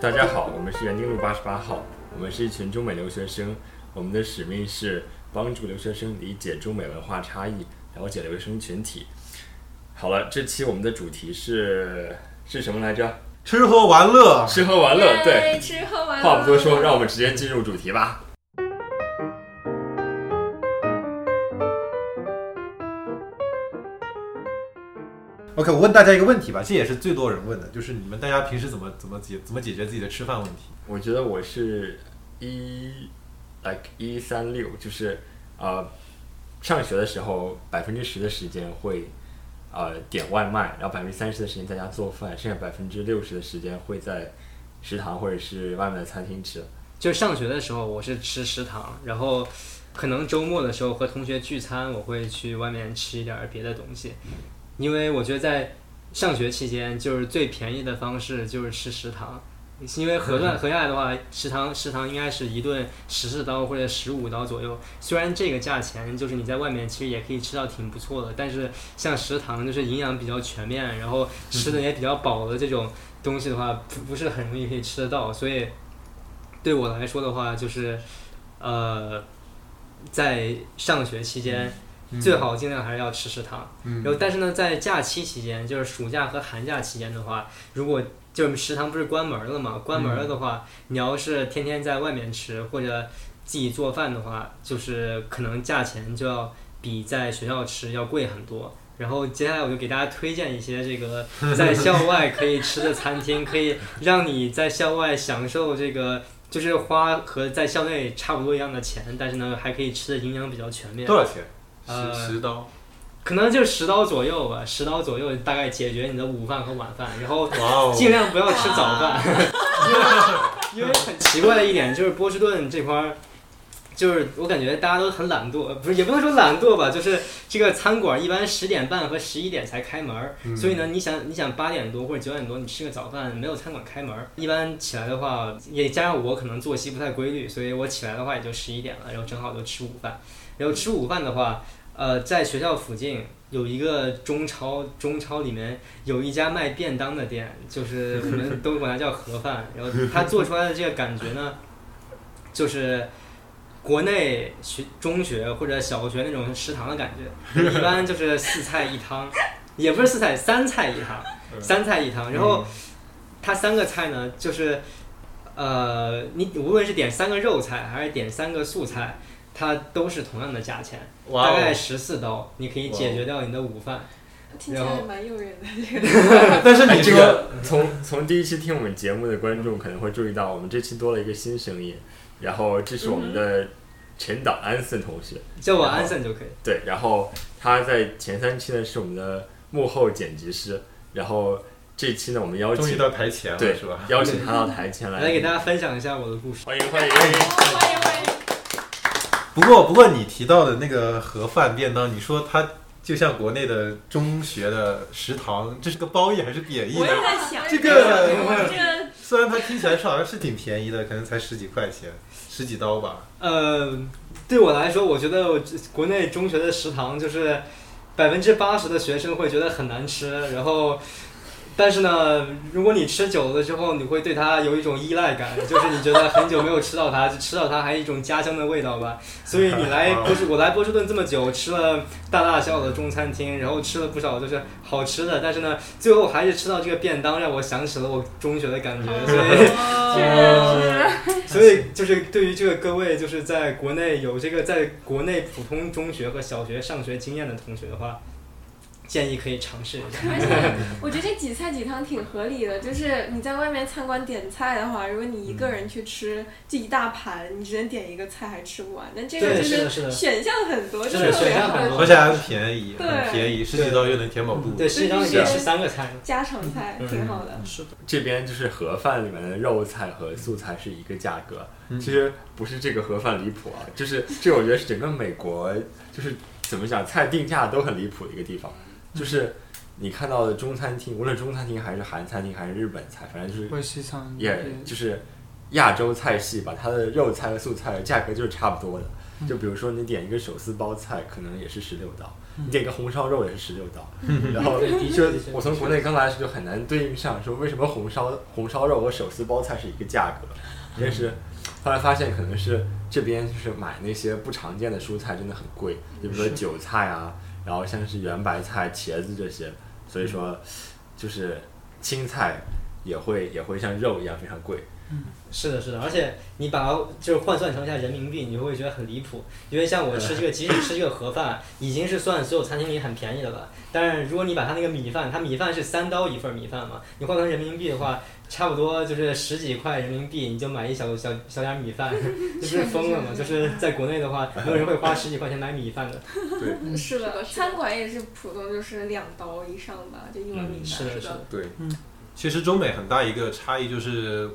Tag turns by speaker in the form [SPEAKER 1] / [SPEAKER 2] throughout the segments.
[SPEAKER 1] 大家好，我们是园丁路八十八号，我们是一群中美留学生，我们的使命是帮助留学生理解中美文化差异，了解留学生群体。好了，这期我们的主题是是什么来着？
[SPEAKER 2] 吃喝玩乐，
[SPEAKER 1] 吃喝玩乐，对，
[SPEAKER 3] 耶，吃喝玩乐。
[SPEAKER 1] 话不多说，让我们直接进入主题吧。
[SPEAKER 2] OK，我问大家一个问题吧，这也是最多人问的，就是你们大家平时怎么怎么解怎么解决自己的吃饭问题？
[SPEAKER 1] 我觉得我是一，like 一三六，就是呃，上学的时候百分之十的时间会呃点外卖，然后百分之三十的时间在家做饭，剩下百分之六十的时间会在食堂或者是外面的餐厅吃。
[SPEAKER 4] 就上学的时候，我是吃食堂，然后可能周末的时候和同学聚餐，我会去外面吃一点儿别的东西，因为我觉得在上学期间，就是最便宜的方式就是吃食堂，因为核算合下来的话，食堂食堂应该是一顿十四刀或者十五刀左右，虽然这个价钱就是你在外面其实也可以吃到挺不错的，但是像食堂就是营养比较全面，然后吃的也比较饱的这种东西的话，不不是很容易可以吃得到，所以。对我来说的话，就是呃，在上学期间，最好尽量还是要吃食堂。
[SPEAKER 2] 嗯
[SPEAKER 4] 然后，但是呢，在假期期间，就是暑假和寒假期间的话，如果就是食堂不是关门了嘛，关门了的话，你要是天天在外面吃或者自己做饭的话，就是可能价钱就要比在学校吃要贵很多。然后接下来我就给大家推荐一些这个在校外可以吃的餐厅，可以让你在校外享受这个，就是花和在校内差不多一样的钱，但是呢还可以吃的营养比较全面。
[SPEAKER 2] 多少钱？
[SPEAKER 4] 呃
[SPEAKER 2] 十十刀。
[SPEAKER 4] 可能就十刀左右吧，十刀左右大概解决你的午饭和晚饭，然后
[SPEAKER 2] 哇哦！
[SPEAKER 4] 尽量不要吃早饭， 因为因为很奇怪的一点就是波士顿这块儿，就是我感觉大家都很懒惰，不是也不能说懒惰吧，就是这个餐馆一般十点半和十一点才开门儿，
[SPEAKER 2] 嗯
[SPEAKER 4] 所以呢，你想你想八点多或者九点多你吃个早饭，没有餐馆开门儿，一般起来的话，也加上我可能作息不太规律，所以我起来的话也就十一点了，然后正好就吃午饭，然后吃午饭的话，呃，在学校附近有一个中超，中超里面有一家卖便当的店， 就是我们都管它叫盒饭，然后它做出来的这个感觉呢，就是。国内学中学或者小学那种食堂的感觉，一般就是四菜一汤，也不是四菜，三菜一汤，
[SPEAKER 2] 嗯
[SPEAKER 4] 三菜一汤。然后它三个菜呢，就是呃，你无论是点三个肉菜还是点三个素菜，它都是同样的价钱，
[SPEAKER 2] 哇
[SPEAKER 4] 大概
[SPEAKER 2] 哦！
[SPEAKER 4] 十四刀，你可以解决掉你的午饭。
[SPEAKER 3] 听起来蛮诱人的。这 个
[SPEAKER 2] 但是你
[SPEAKER 1] 哎这
[SPEAKER 2] 这
[SPEAKER 1] 个
[SPEAKER 2] 个
[SPEAKER 1] 从从第一期听我们节目的观众可能会注意到，我们这期多了一个新声音，然后这是我们的陈导安森同学，
[SPEAKER 4] 叫我安森就可以。
[SPEAKER 1] 对，然后他在前三期呢是我们的幕后剪辑师，然后这期呢我们邀
[SPEAKER 2] 终于
[SPEAKER 1] 请
[SPEAKER 2] 到台前了，
[SPEAKER 1] 对
[SPEAKER 2] 是吧？
[SPEAKER 1] 邀请他到台前来，
[SPEAKER 4] 来给大家分享一下我的故事。
[SPEAKER 1] 欢迎欢迎
[SPEAKER 3] 欢迎欢迎。
[SPEAKER 2] 不过不过你提到的那个盒饭便当，你说它就像国内的中学的食堂，这是个褒义还是贬义
[SPEAKER 3] 我
[SPEAKER 2] 呢？
[SPEAKER 3] 也在想
[SPEAKER 2] 这个
[SPEAKER 3] 这个
[SPEAKER 2] 虽然它听起来是好像是挺便宜的，可能才十几块钱，十几刀吧。
[SPEAKER 4] 呃，对我来说，我觉得我国内中学的食堂就是百分之八十的学生会觉得很难吃，然后，但是呢，如果你吃久了之后，你会对它有一种依赖感，就是你觉得很久没有吃到它，就吃到它还有一种家乡的味道吧。所以你来波士，我来波士顿这么久，吃了大大小小的中餐厅，然后吃了不少就是好吃的，但是呢，最后还是吃到这个便当，让我想起了我中学的感觉，所以。
[SPEAKER 3] 确实
[SPEAKER 4] 所以就是对于这个各位就是在国内有这个在国内普通中学和小学上学经验的同学的话，建议可以尝试一下。
[SPEAKER 3] 而且我觉得这几菜几汤挺合理的，就是你在外面餐馆点菜的话，如果你一个人去吃，这一大盘你只能点一个菜还吃不完，那这个
[SPEAKER 4] 对
[SPEAKER 3] 就是
[SPEAKER 4] 的是的
[SPEAKER 3] 选项很多，
[SPEAKER 4] 是
[SPEAKER 3] 就
[SPEAKER 4] 的
[SPEAKER 3] 特别
[SPEAKER 4] 选项
[SPEAKER 3] 好
[SPEAKER 4] 很
[SPEAKER 3] 的
[SPEAKER 4] 多
[SPEAKER 2] 而且还便宜，
[SPEAKER 3] 对
[SPEAKER 2] 很便宜，十几刀又能填饱肚子。
[SPEAKER 4] 对，实际上也是三个菜。
[SPEAKER 3] 家常菜，
[SPEAKER 4] 嗯
[SPEAKER 3] 挺好的。
[SPEAKER 4] 是的，
[SPEAKER 1] 这边就是盒饭里面的肉菜和素菜是一个价格，
[SPEAKER 2] 嗯
[SPEAKER 1] 其实不是这个盒饭离谱啊，就是这我觉得是整个美国就是怎么讲菜定价都很离谱的一个地方，就是你看到的中餐厅，无论中餐厅还是韩餐厅还是日本菜，反正就是
[SPEAKER 5] 或者西
[SPEAKER 4] 嗯
[SPEAKER 5] 餐
[SPEAKER 1] 也就是亚洲菜系吧，它的肉菜和素菜的价格就是差不多的，
[SPEAKER 6] 就比如说你点一个手撕包菜，可能也是十六刀，你点一个红烧肉也是十六刀，然后就我从国内刚来的时候就很难对应上，说为什么红烧红烧肉和手撕包菜是一个价格，但是后来发现可能是这边就是买那些不常见的蔬菜真的很贵，就比如说韭菜啊，然后像是圆白菜、茄子这些，所以说就是青菜也会也会像肉一样非常贵。
[SPEAKER 7] 是的，是的，而且你把就是换算成一下人民币，你会觉得很离谱。因为像我吃这个，即使吃这个盒饭，已经是算所有餐厅里很便宜的了。但是如果你把它那个米饭，它米饭是三刀一份米饭嘛，你换成人民币的话，差不多就是十几块人民币，你就买一小小小点儿米 饭，就是疯了嘛。就是在国内的话，没有人会花十几块钱买米饭的。
[SPEAKER 3] 是的，餐馆也是普通就是两刀以上吧，就一碗米饭。
[SPEAKER 7] 是的是的
[SPEAKER 3] 的，
[SPEAKER 2] 对，
[SPEAKER 4] 嗯
[SPEAKER 2] 其实中美很大一个差异就是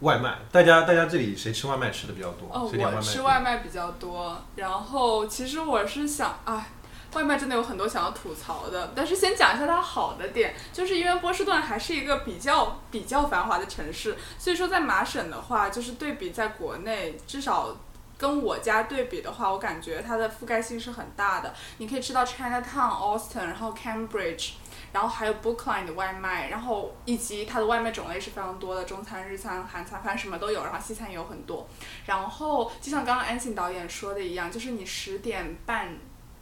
[SPEAKER 2] 外卖，大家大家这里谁吃外卖吃的比较多？
[SPEAKER 1] 哦，
[SPEAKER 2] 谁点外
[SPEAKER 1] 我
[SPEAKER 2] 卖？
[SPEAKER 1] 吃外卖比较多，然后其实我是想，哎，外卖真的有很多想要吐槽的，但是先讲一下它好的点，就是因为波士顿还是一个比较比较繁华的城市，所以说在麻省的话，就是对比在国内，至少。跟我家对比的话，我感觉它的覆盖性是很大的。你可以吃到 Chinatown、Austin，然后 Cambridge，然后还有 Bookline 的外卖，然后以及它的外卖种类是非常多的，中餐、日餐、韩餐，反正什么都有，然后西餐也有很多。然后就像刚刚安信导演说的一样，就是你十点半、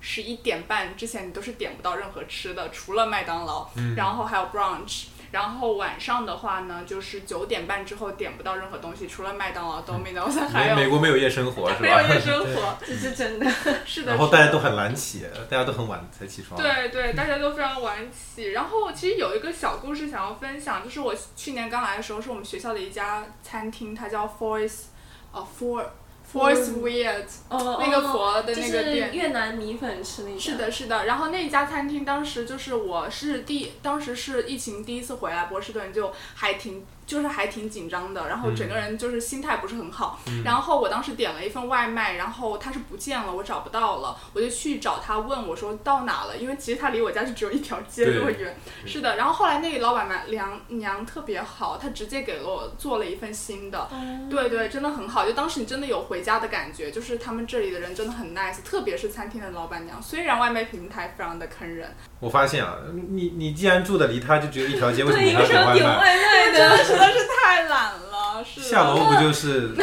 [SPEAKER 1] 十一点半之前你都是点不到任何吃的，除了麦当劳，然后还有 brunch。然后晚上的话呢，就是九点半之后点不到任何东西，除了麦当劳、Domino's，还
[SPEAKER 2] 美
[SPEAKER 1] 有
[SPEAKER 2] 美国没有夜生 活是
[SPEAKER 1] 没有
[SPEAKER 2] 吧？
[SPEAKER 1] 夜生活。
[SPEAKER 3] 这是真的。
[SPEAKER 1] 是的，
[SPEAKER 2] 然后
[SPEAKER 1] 是
[SPEAKER 2] 大
[SPEAKER 1] 的
[SPEAKER 2] 家都很懒起，大家都很晚才起床。
[SPEAKER 1] 对对，大家都非常晚起。然后其实有一个小故事想要分享，就是我去年刚来的时候，是我们学校的一家餐厅，它叫 Force，哦 For Force Weird，
[SPEAKER 3] 哦哦，
[SPEAKER 1] 那个佛的
[SPEAKER 3] 就
[SPEAKER 1] 那个
[SPEAKER 3] 是
[SPEAKER 1] 店。
[SPEAKER 3] 越南米粉吃那家。
[SPEAKER 1] 是。的，是的。然后那家餐厅当时就是我是第，当时是疫情第一次回来波士顿，就还挺就是还挺紧张的，然后
[SPEAKER 2] 嗯
[SPEAKER 1] 整个人就是心态不是很好。然后我当时点了一份外卖，然后它是不见了，我找不到了，我就去找他问我说到哪了，因为其实他离我家就只有一条街
[SPEAKER 2] 对
[SPEAKER 1] 那么远。是的，然后后来那个老板娘娘娘特别好，她直接给了我做了一份新的，
[SPEAKER 3] 哦
[SPEAKER 1] 对对，真的很好。就当时你真的有回家的感觉，就是他们这里的人真的很 nice，特别是餐厅的老板娘。虽然外卖平台非常的坑人，
[SPEAKER 2] 我发现啊，你你既然住的离他就只有一条街，为什么
[SPEAKER 3] 对，
[SPEAKER 2] 你还
[SPEAKER 3] 有
[SPEAKER 2] 要
[SPEAKER 3] 时
[SPEAKER 2] 点
[SPEAKER 3] 候
[SPEAKER 2] 外
[SPEAKER 3] 点
[SPEAKER 2] 卖？
[SPEAKER 3] 外卖 的。
[SPEAKER 1] 实在是太懒了，是的
[SPEAKER 2] 下楼不就是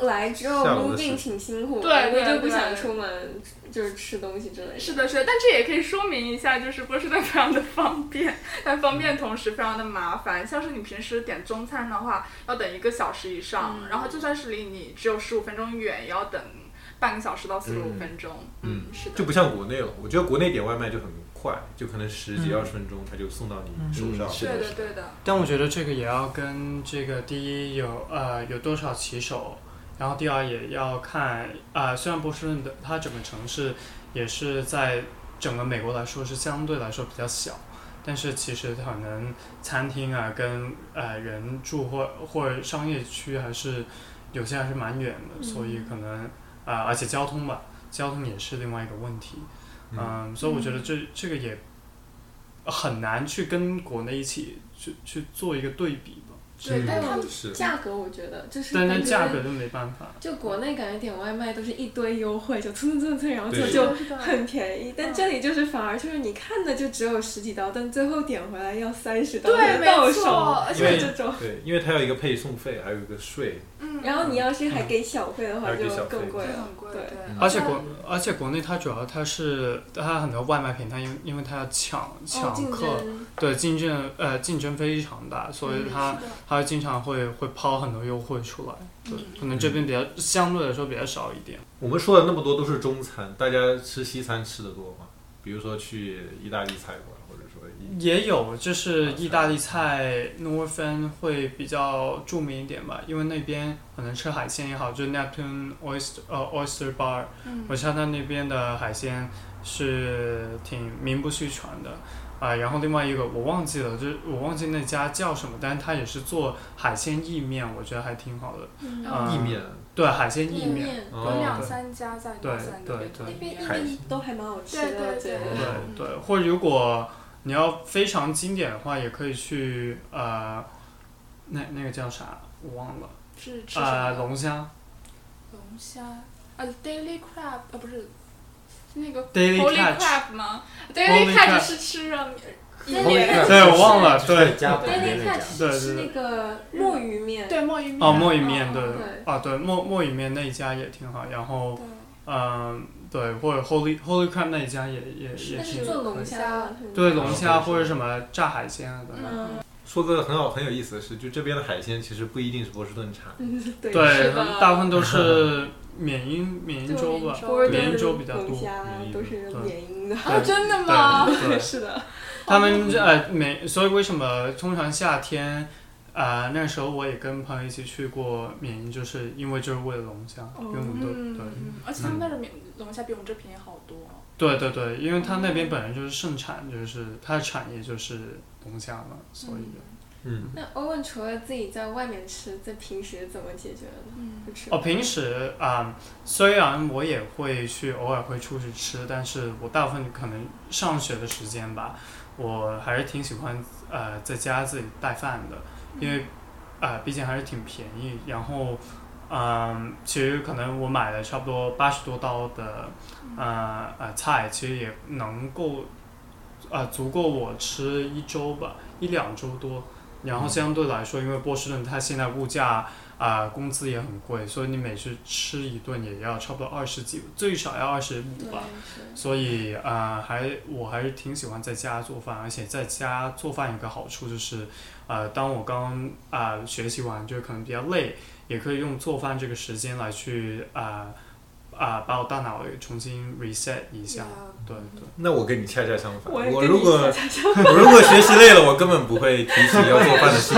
[SPEAKER 3] 来之后
[SPEAKER 2] 下楼
[SPEAKER 3] 入
[SPEAKER 2] 的事
[SPEAKER 3] 境挺辛苦，
[SPEAKER 1] 对对
[SPEAKER 3] 我就不
[SPEAKER 1] 对
[SPEAKER 3] 想出门，就是吃东西之类的。
[SPEAKER 1] 是的，是的，但这也可以说明一下，就是波士顿非常的方便，但方便同时非常的麻烦。像是你平时点中餐的话，要等一个小时以上，然后就算是离你只有十五分钟远，也要等半个小时到四十五分钟。嗯，是的
[SPEAKER 2] 就。不像国内了？我觉得国内点外卖就很快，就可能十几二十分钟他就送到你手上
[SPEAKER 6] 嗯。是
[SPEAKER 1] 对的，对的，
[SPEAKER 4] 但我觉得这个也要跟这个第一有呃有多少骑手，然后第二也要看啊、呃虽然波士顿的它整个城市也是在整个美国来说是相对来说比较小，但是其实可能餐厅啊跟呃人住或或者商业区还是有些还是蛮远的，所以可能啊、呃而且交通吧，交通也是另外一个问题，
[SPEAKER 2] 嗯
[SPEAKER 4] 嗯，所以我觉得这这个也很难去跟国内一起去去做一个对比吧。
[SPEAKER 1] 对，但他们
[SPEAKER 2] 是
[SPEAKER 3] 价格我觉得就是，
[SPEAKER 4] 但是价格就没办法。
[SPEAKER 3] 就国内感觉点外卖都是一堆优惠，就蹭蹭蹭蹭，然后就
[SPEAKER 2] 对
[SPEAKER 3] 就
[SPEAKER 1] 的
[SPEAKER 3] 很便宜。但这里就是反而就是你看的就只有十几刀，但最后点回来要三十刀
[SPEAKER 1] 对，
[SPEAKER 3] 才到
[SPEAKER 1] 没
[SPEAKER 3] 手，
[SPEAKER 1] 错，而
[SPEAKER 2] 因为
[SPEAKER 3] 就
[SPEAKER 1] 且
[SPEAKER 3] 这种。
[SPEAKER 2] 对，因为它有一个配送费，还有一个税。
[SPEAKER 1] 嗯，
[SPEAKER 3] 然后你要是还给小费的
[SPEAKER 2] 还
[SPEAKER 3] 话，
[SPEAKER 2] 要给
[SPEAKER 3] 就
[SPEAKER 2] 小费
[SPEAKER 3] 更贵
[SPEAKER 1] 就
[SPEAKER 3] 了
[SPEAKER 1] 很。贵，
[SPEAKER 3] 对，
[SPEAKER 4] 而且国而且国内它主要它是它很多外卖平台，因为因为它要抢
[SPEAKER 3] 哦，
[SPEAKER 4] 抢
[SPEAKER 3] 竞
[SPEAKER 4] 客，
[SPEAKER 3] 争
[SPEAKER 4] 对竞争呃竞争非常大，所以它、它经常会会抛很多优惠出来。对，可能这边比较相对来说比较少一点。
[SPEAKER 2] 我们说的那么多都是中餐，大家吃西餐吃的多吗？比如说去意大利菜馆，或者说啊一
[SPEAKER 4] 也有，就是意大利菜 North End 会比较著名一点吧，因为那边可能吃海鲜也好，就是 Neptune Oyster 呃 Oyster Bar，、我知道它那边的海鲜是挺名不虚传的啊、然后另外一个我忘记了，就是我忘记那家叫什么，但是它也是做海鲜意面，我觉得还挺好的。
[SPEAKER 3] 嗯
[SPEAKER 1] 嗯
[SPEAKER 4] 嗯
[SPEAKER 2] 意面，
[SPEAKER 4] 对，海鲜意
[SPEAKER 3] 意
[SPEAKER 4] 面。
[SPEAKER 3] 面，
[SPEAKER 1] 有
[SPEAKER 2] 哦，
[SPEAKER 1] 两三家在
[SPEAKER 4] 对
[SPEAKER 1] 洛杉
[SPEAKER 4] 对
[SPEAKER 1] 矶
[SPEAKER 4] 对
[SPEAKER 3] 那边意
[SPEAKER 2] 海
[SPEAKER 3] 面都还蛮好吃
[SPEAKER 1] 对
[SPEAKER 3] 的，
[SPEAKER 1] 对
[SPEAKER 3] 我觉得
[SPEAKER 1] 对
[SPEAKER 2] 对
[SPEAKER 4] 对对，或者如果你要非常经典的话，也可以去呃，那那个叫啥我忘了。
[SPEAKER 1] 是吃什
[SPEAKER 4] 呃，
[SPEAKER 1] 么？
[SPEAKER 4] 龙虾，
[SPEAKER 1] 龙虾，
[SPEAKER 8] 啊，Daily Crab 啊，不是那个
[SPEAKER 4] Daily
[SPEAKER 8] Holy
[SPEAKER 4] Catch
[SPEAKER 8] Crab 吗
[SPEAKER 4] Holy
[SPEAKER 8] ？Daily Catch
[SPEAKER 4] Catch
[SPEAKER 8] 是吃啊，意
[SPEAKER 3] Daily
[SPEAKER 8] 面
[SPEAKER 3] Catch
[SPEAKER 4] 对我忘了
[SPEAKER 9] 就是
[SPEAKER 4] 对
[SPEAKER 9] 加旁边
[SPEAKER 3] Daily
[SPEAKER 9] 那家，
[SPEAKER 3] Catch
[SPEAKER 4] 对对
[SPEAKER 3] 是那个墨鱼面，
[SPEAKER 8] 对墨鱼面
[SPEAKER 4] 哦，墨鱼面，
[SPEAKER 8] 嗯
[SPEAKER 4] 对
[SPEAKER 8] 嗯
[SPEAKER 3] 对
[SPEAKER 4] 啊，对墨墨鱼面那一家也挺好，然后
[SPEAKER 8] 对
[SPEAKER 4] 嗯，对，或者 Holy Holy Crab 那一家也也也
[SPEAKER 3] 但
[SPEAKER 4] 挺
[SPEAKER 3] 是做龙虾，
[SPEAKER 4] 对龙
[SPEAKER 2] 啊
[SPEAKER 4] 虾或者什么炸海鲜啊等等，
[SPEAKER 3] 嗯，
[SPEAKER 2] 说个很好很有意思的事，就这边的海鲜其实不一定是波士顿
[SPEAKER 3] 嗯
[SPEAKER 2] 产，
[SPEAKER 3] 对
[SPEAKER 4] 对
[SPEAKER 8] 是的，
[SPEAKER 4] 大部分都是缅因缅因州吧，
[SPEAKER 8] 对
[SPEAKER 4] 缅因州比较
[SPEAKER 3] 龙
[SPEAKER 4] 多。
[SPEAKER 3] 虾都是缅 因的，
[SPEAKER 8] 啊，真的吗？
[SPEAKER 4] 对对，
[SPEAKER 3] 是的，
[SPEAKER 4] 他们呃每所以为什么通常夏天，啊、那时候我也跟朋友一起去过缅因，就是因为就是为了龙虾，因为我们都、
[SPEAKER 8] 嗯，
[SPEAKER 4] 对
[SPEAKER 8] 嗯而且他们那儿的龙虾比我们这便宜好多。啊嗯
[SPEAKER 4] 对对对，因为它那边本来就是盛产，就是它的产业就是龙虾嘛，所以、
[SPEAKER 2] 嗯，
[SPEAKER 3] 那欧文除了自己在外面吃，在平时怎么解决的呢？不吃
[SPEAKER 4] 哦，平时啊、虽然我也会去偶尔会出去吃，但是我大部分可能上学的时间吧，我还是挺喜欢呃在家自己带饭的，
[SPEAKER 3] 嗯
[SPEAKER 4] 因为啊、毕竟还是挺便宜。然后嗯、其实可能我买了差不多八十多刀的呃呃菜，其实也能够呃足够我吃一周吧，一两周多。然后相对来说，因为波士顿它现在物价啊、工资也很贵，所以你每次吃一顿也要差不多二十几，最少要二十五吧。啊所以啊、呃还我还是挺喜欢在家做饭，而且在家做饭有个好处就是，呃，当我刚啊、呃学习完，就是可能比较累，也可以用做饭这个时间来去啊啊、把我大脑也重新 reset 一下。对对，
[SPEAKER 2] 那我跟你恰恰相反，
[SPEAKER 3] 我
[SPEAKER 2] 我
[SPEAKER 3] 也跟
[SPEAKER 2] 如
[SPEAKER 3] 你
[SPEAKER 2] 果
[SPEAKER 3] 恰恰
[SPEAKER 2] 我如果学习累了，我根本不会提起要做饭的事。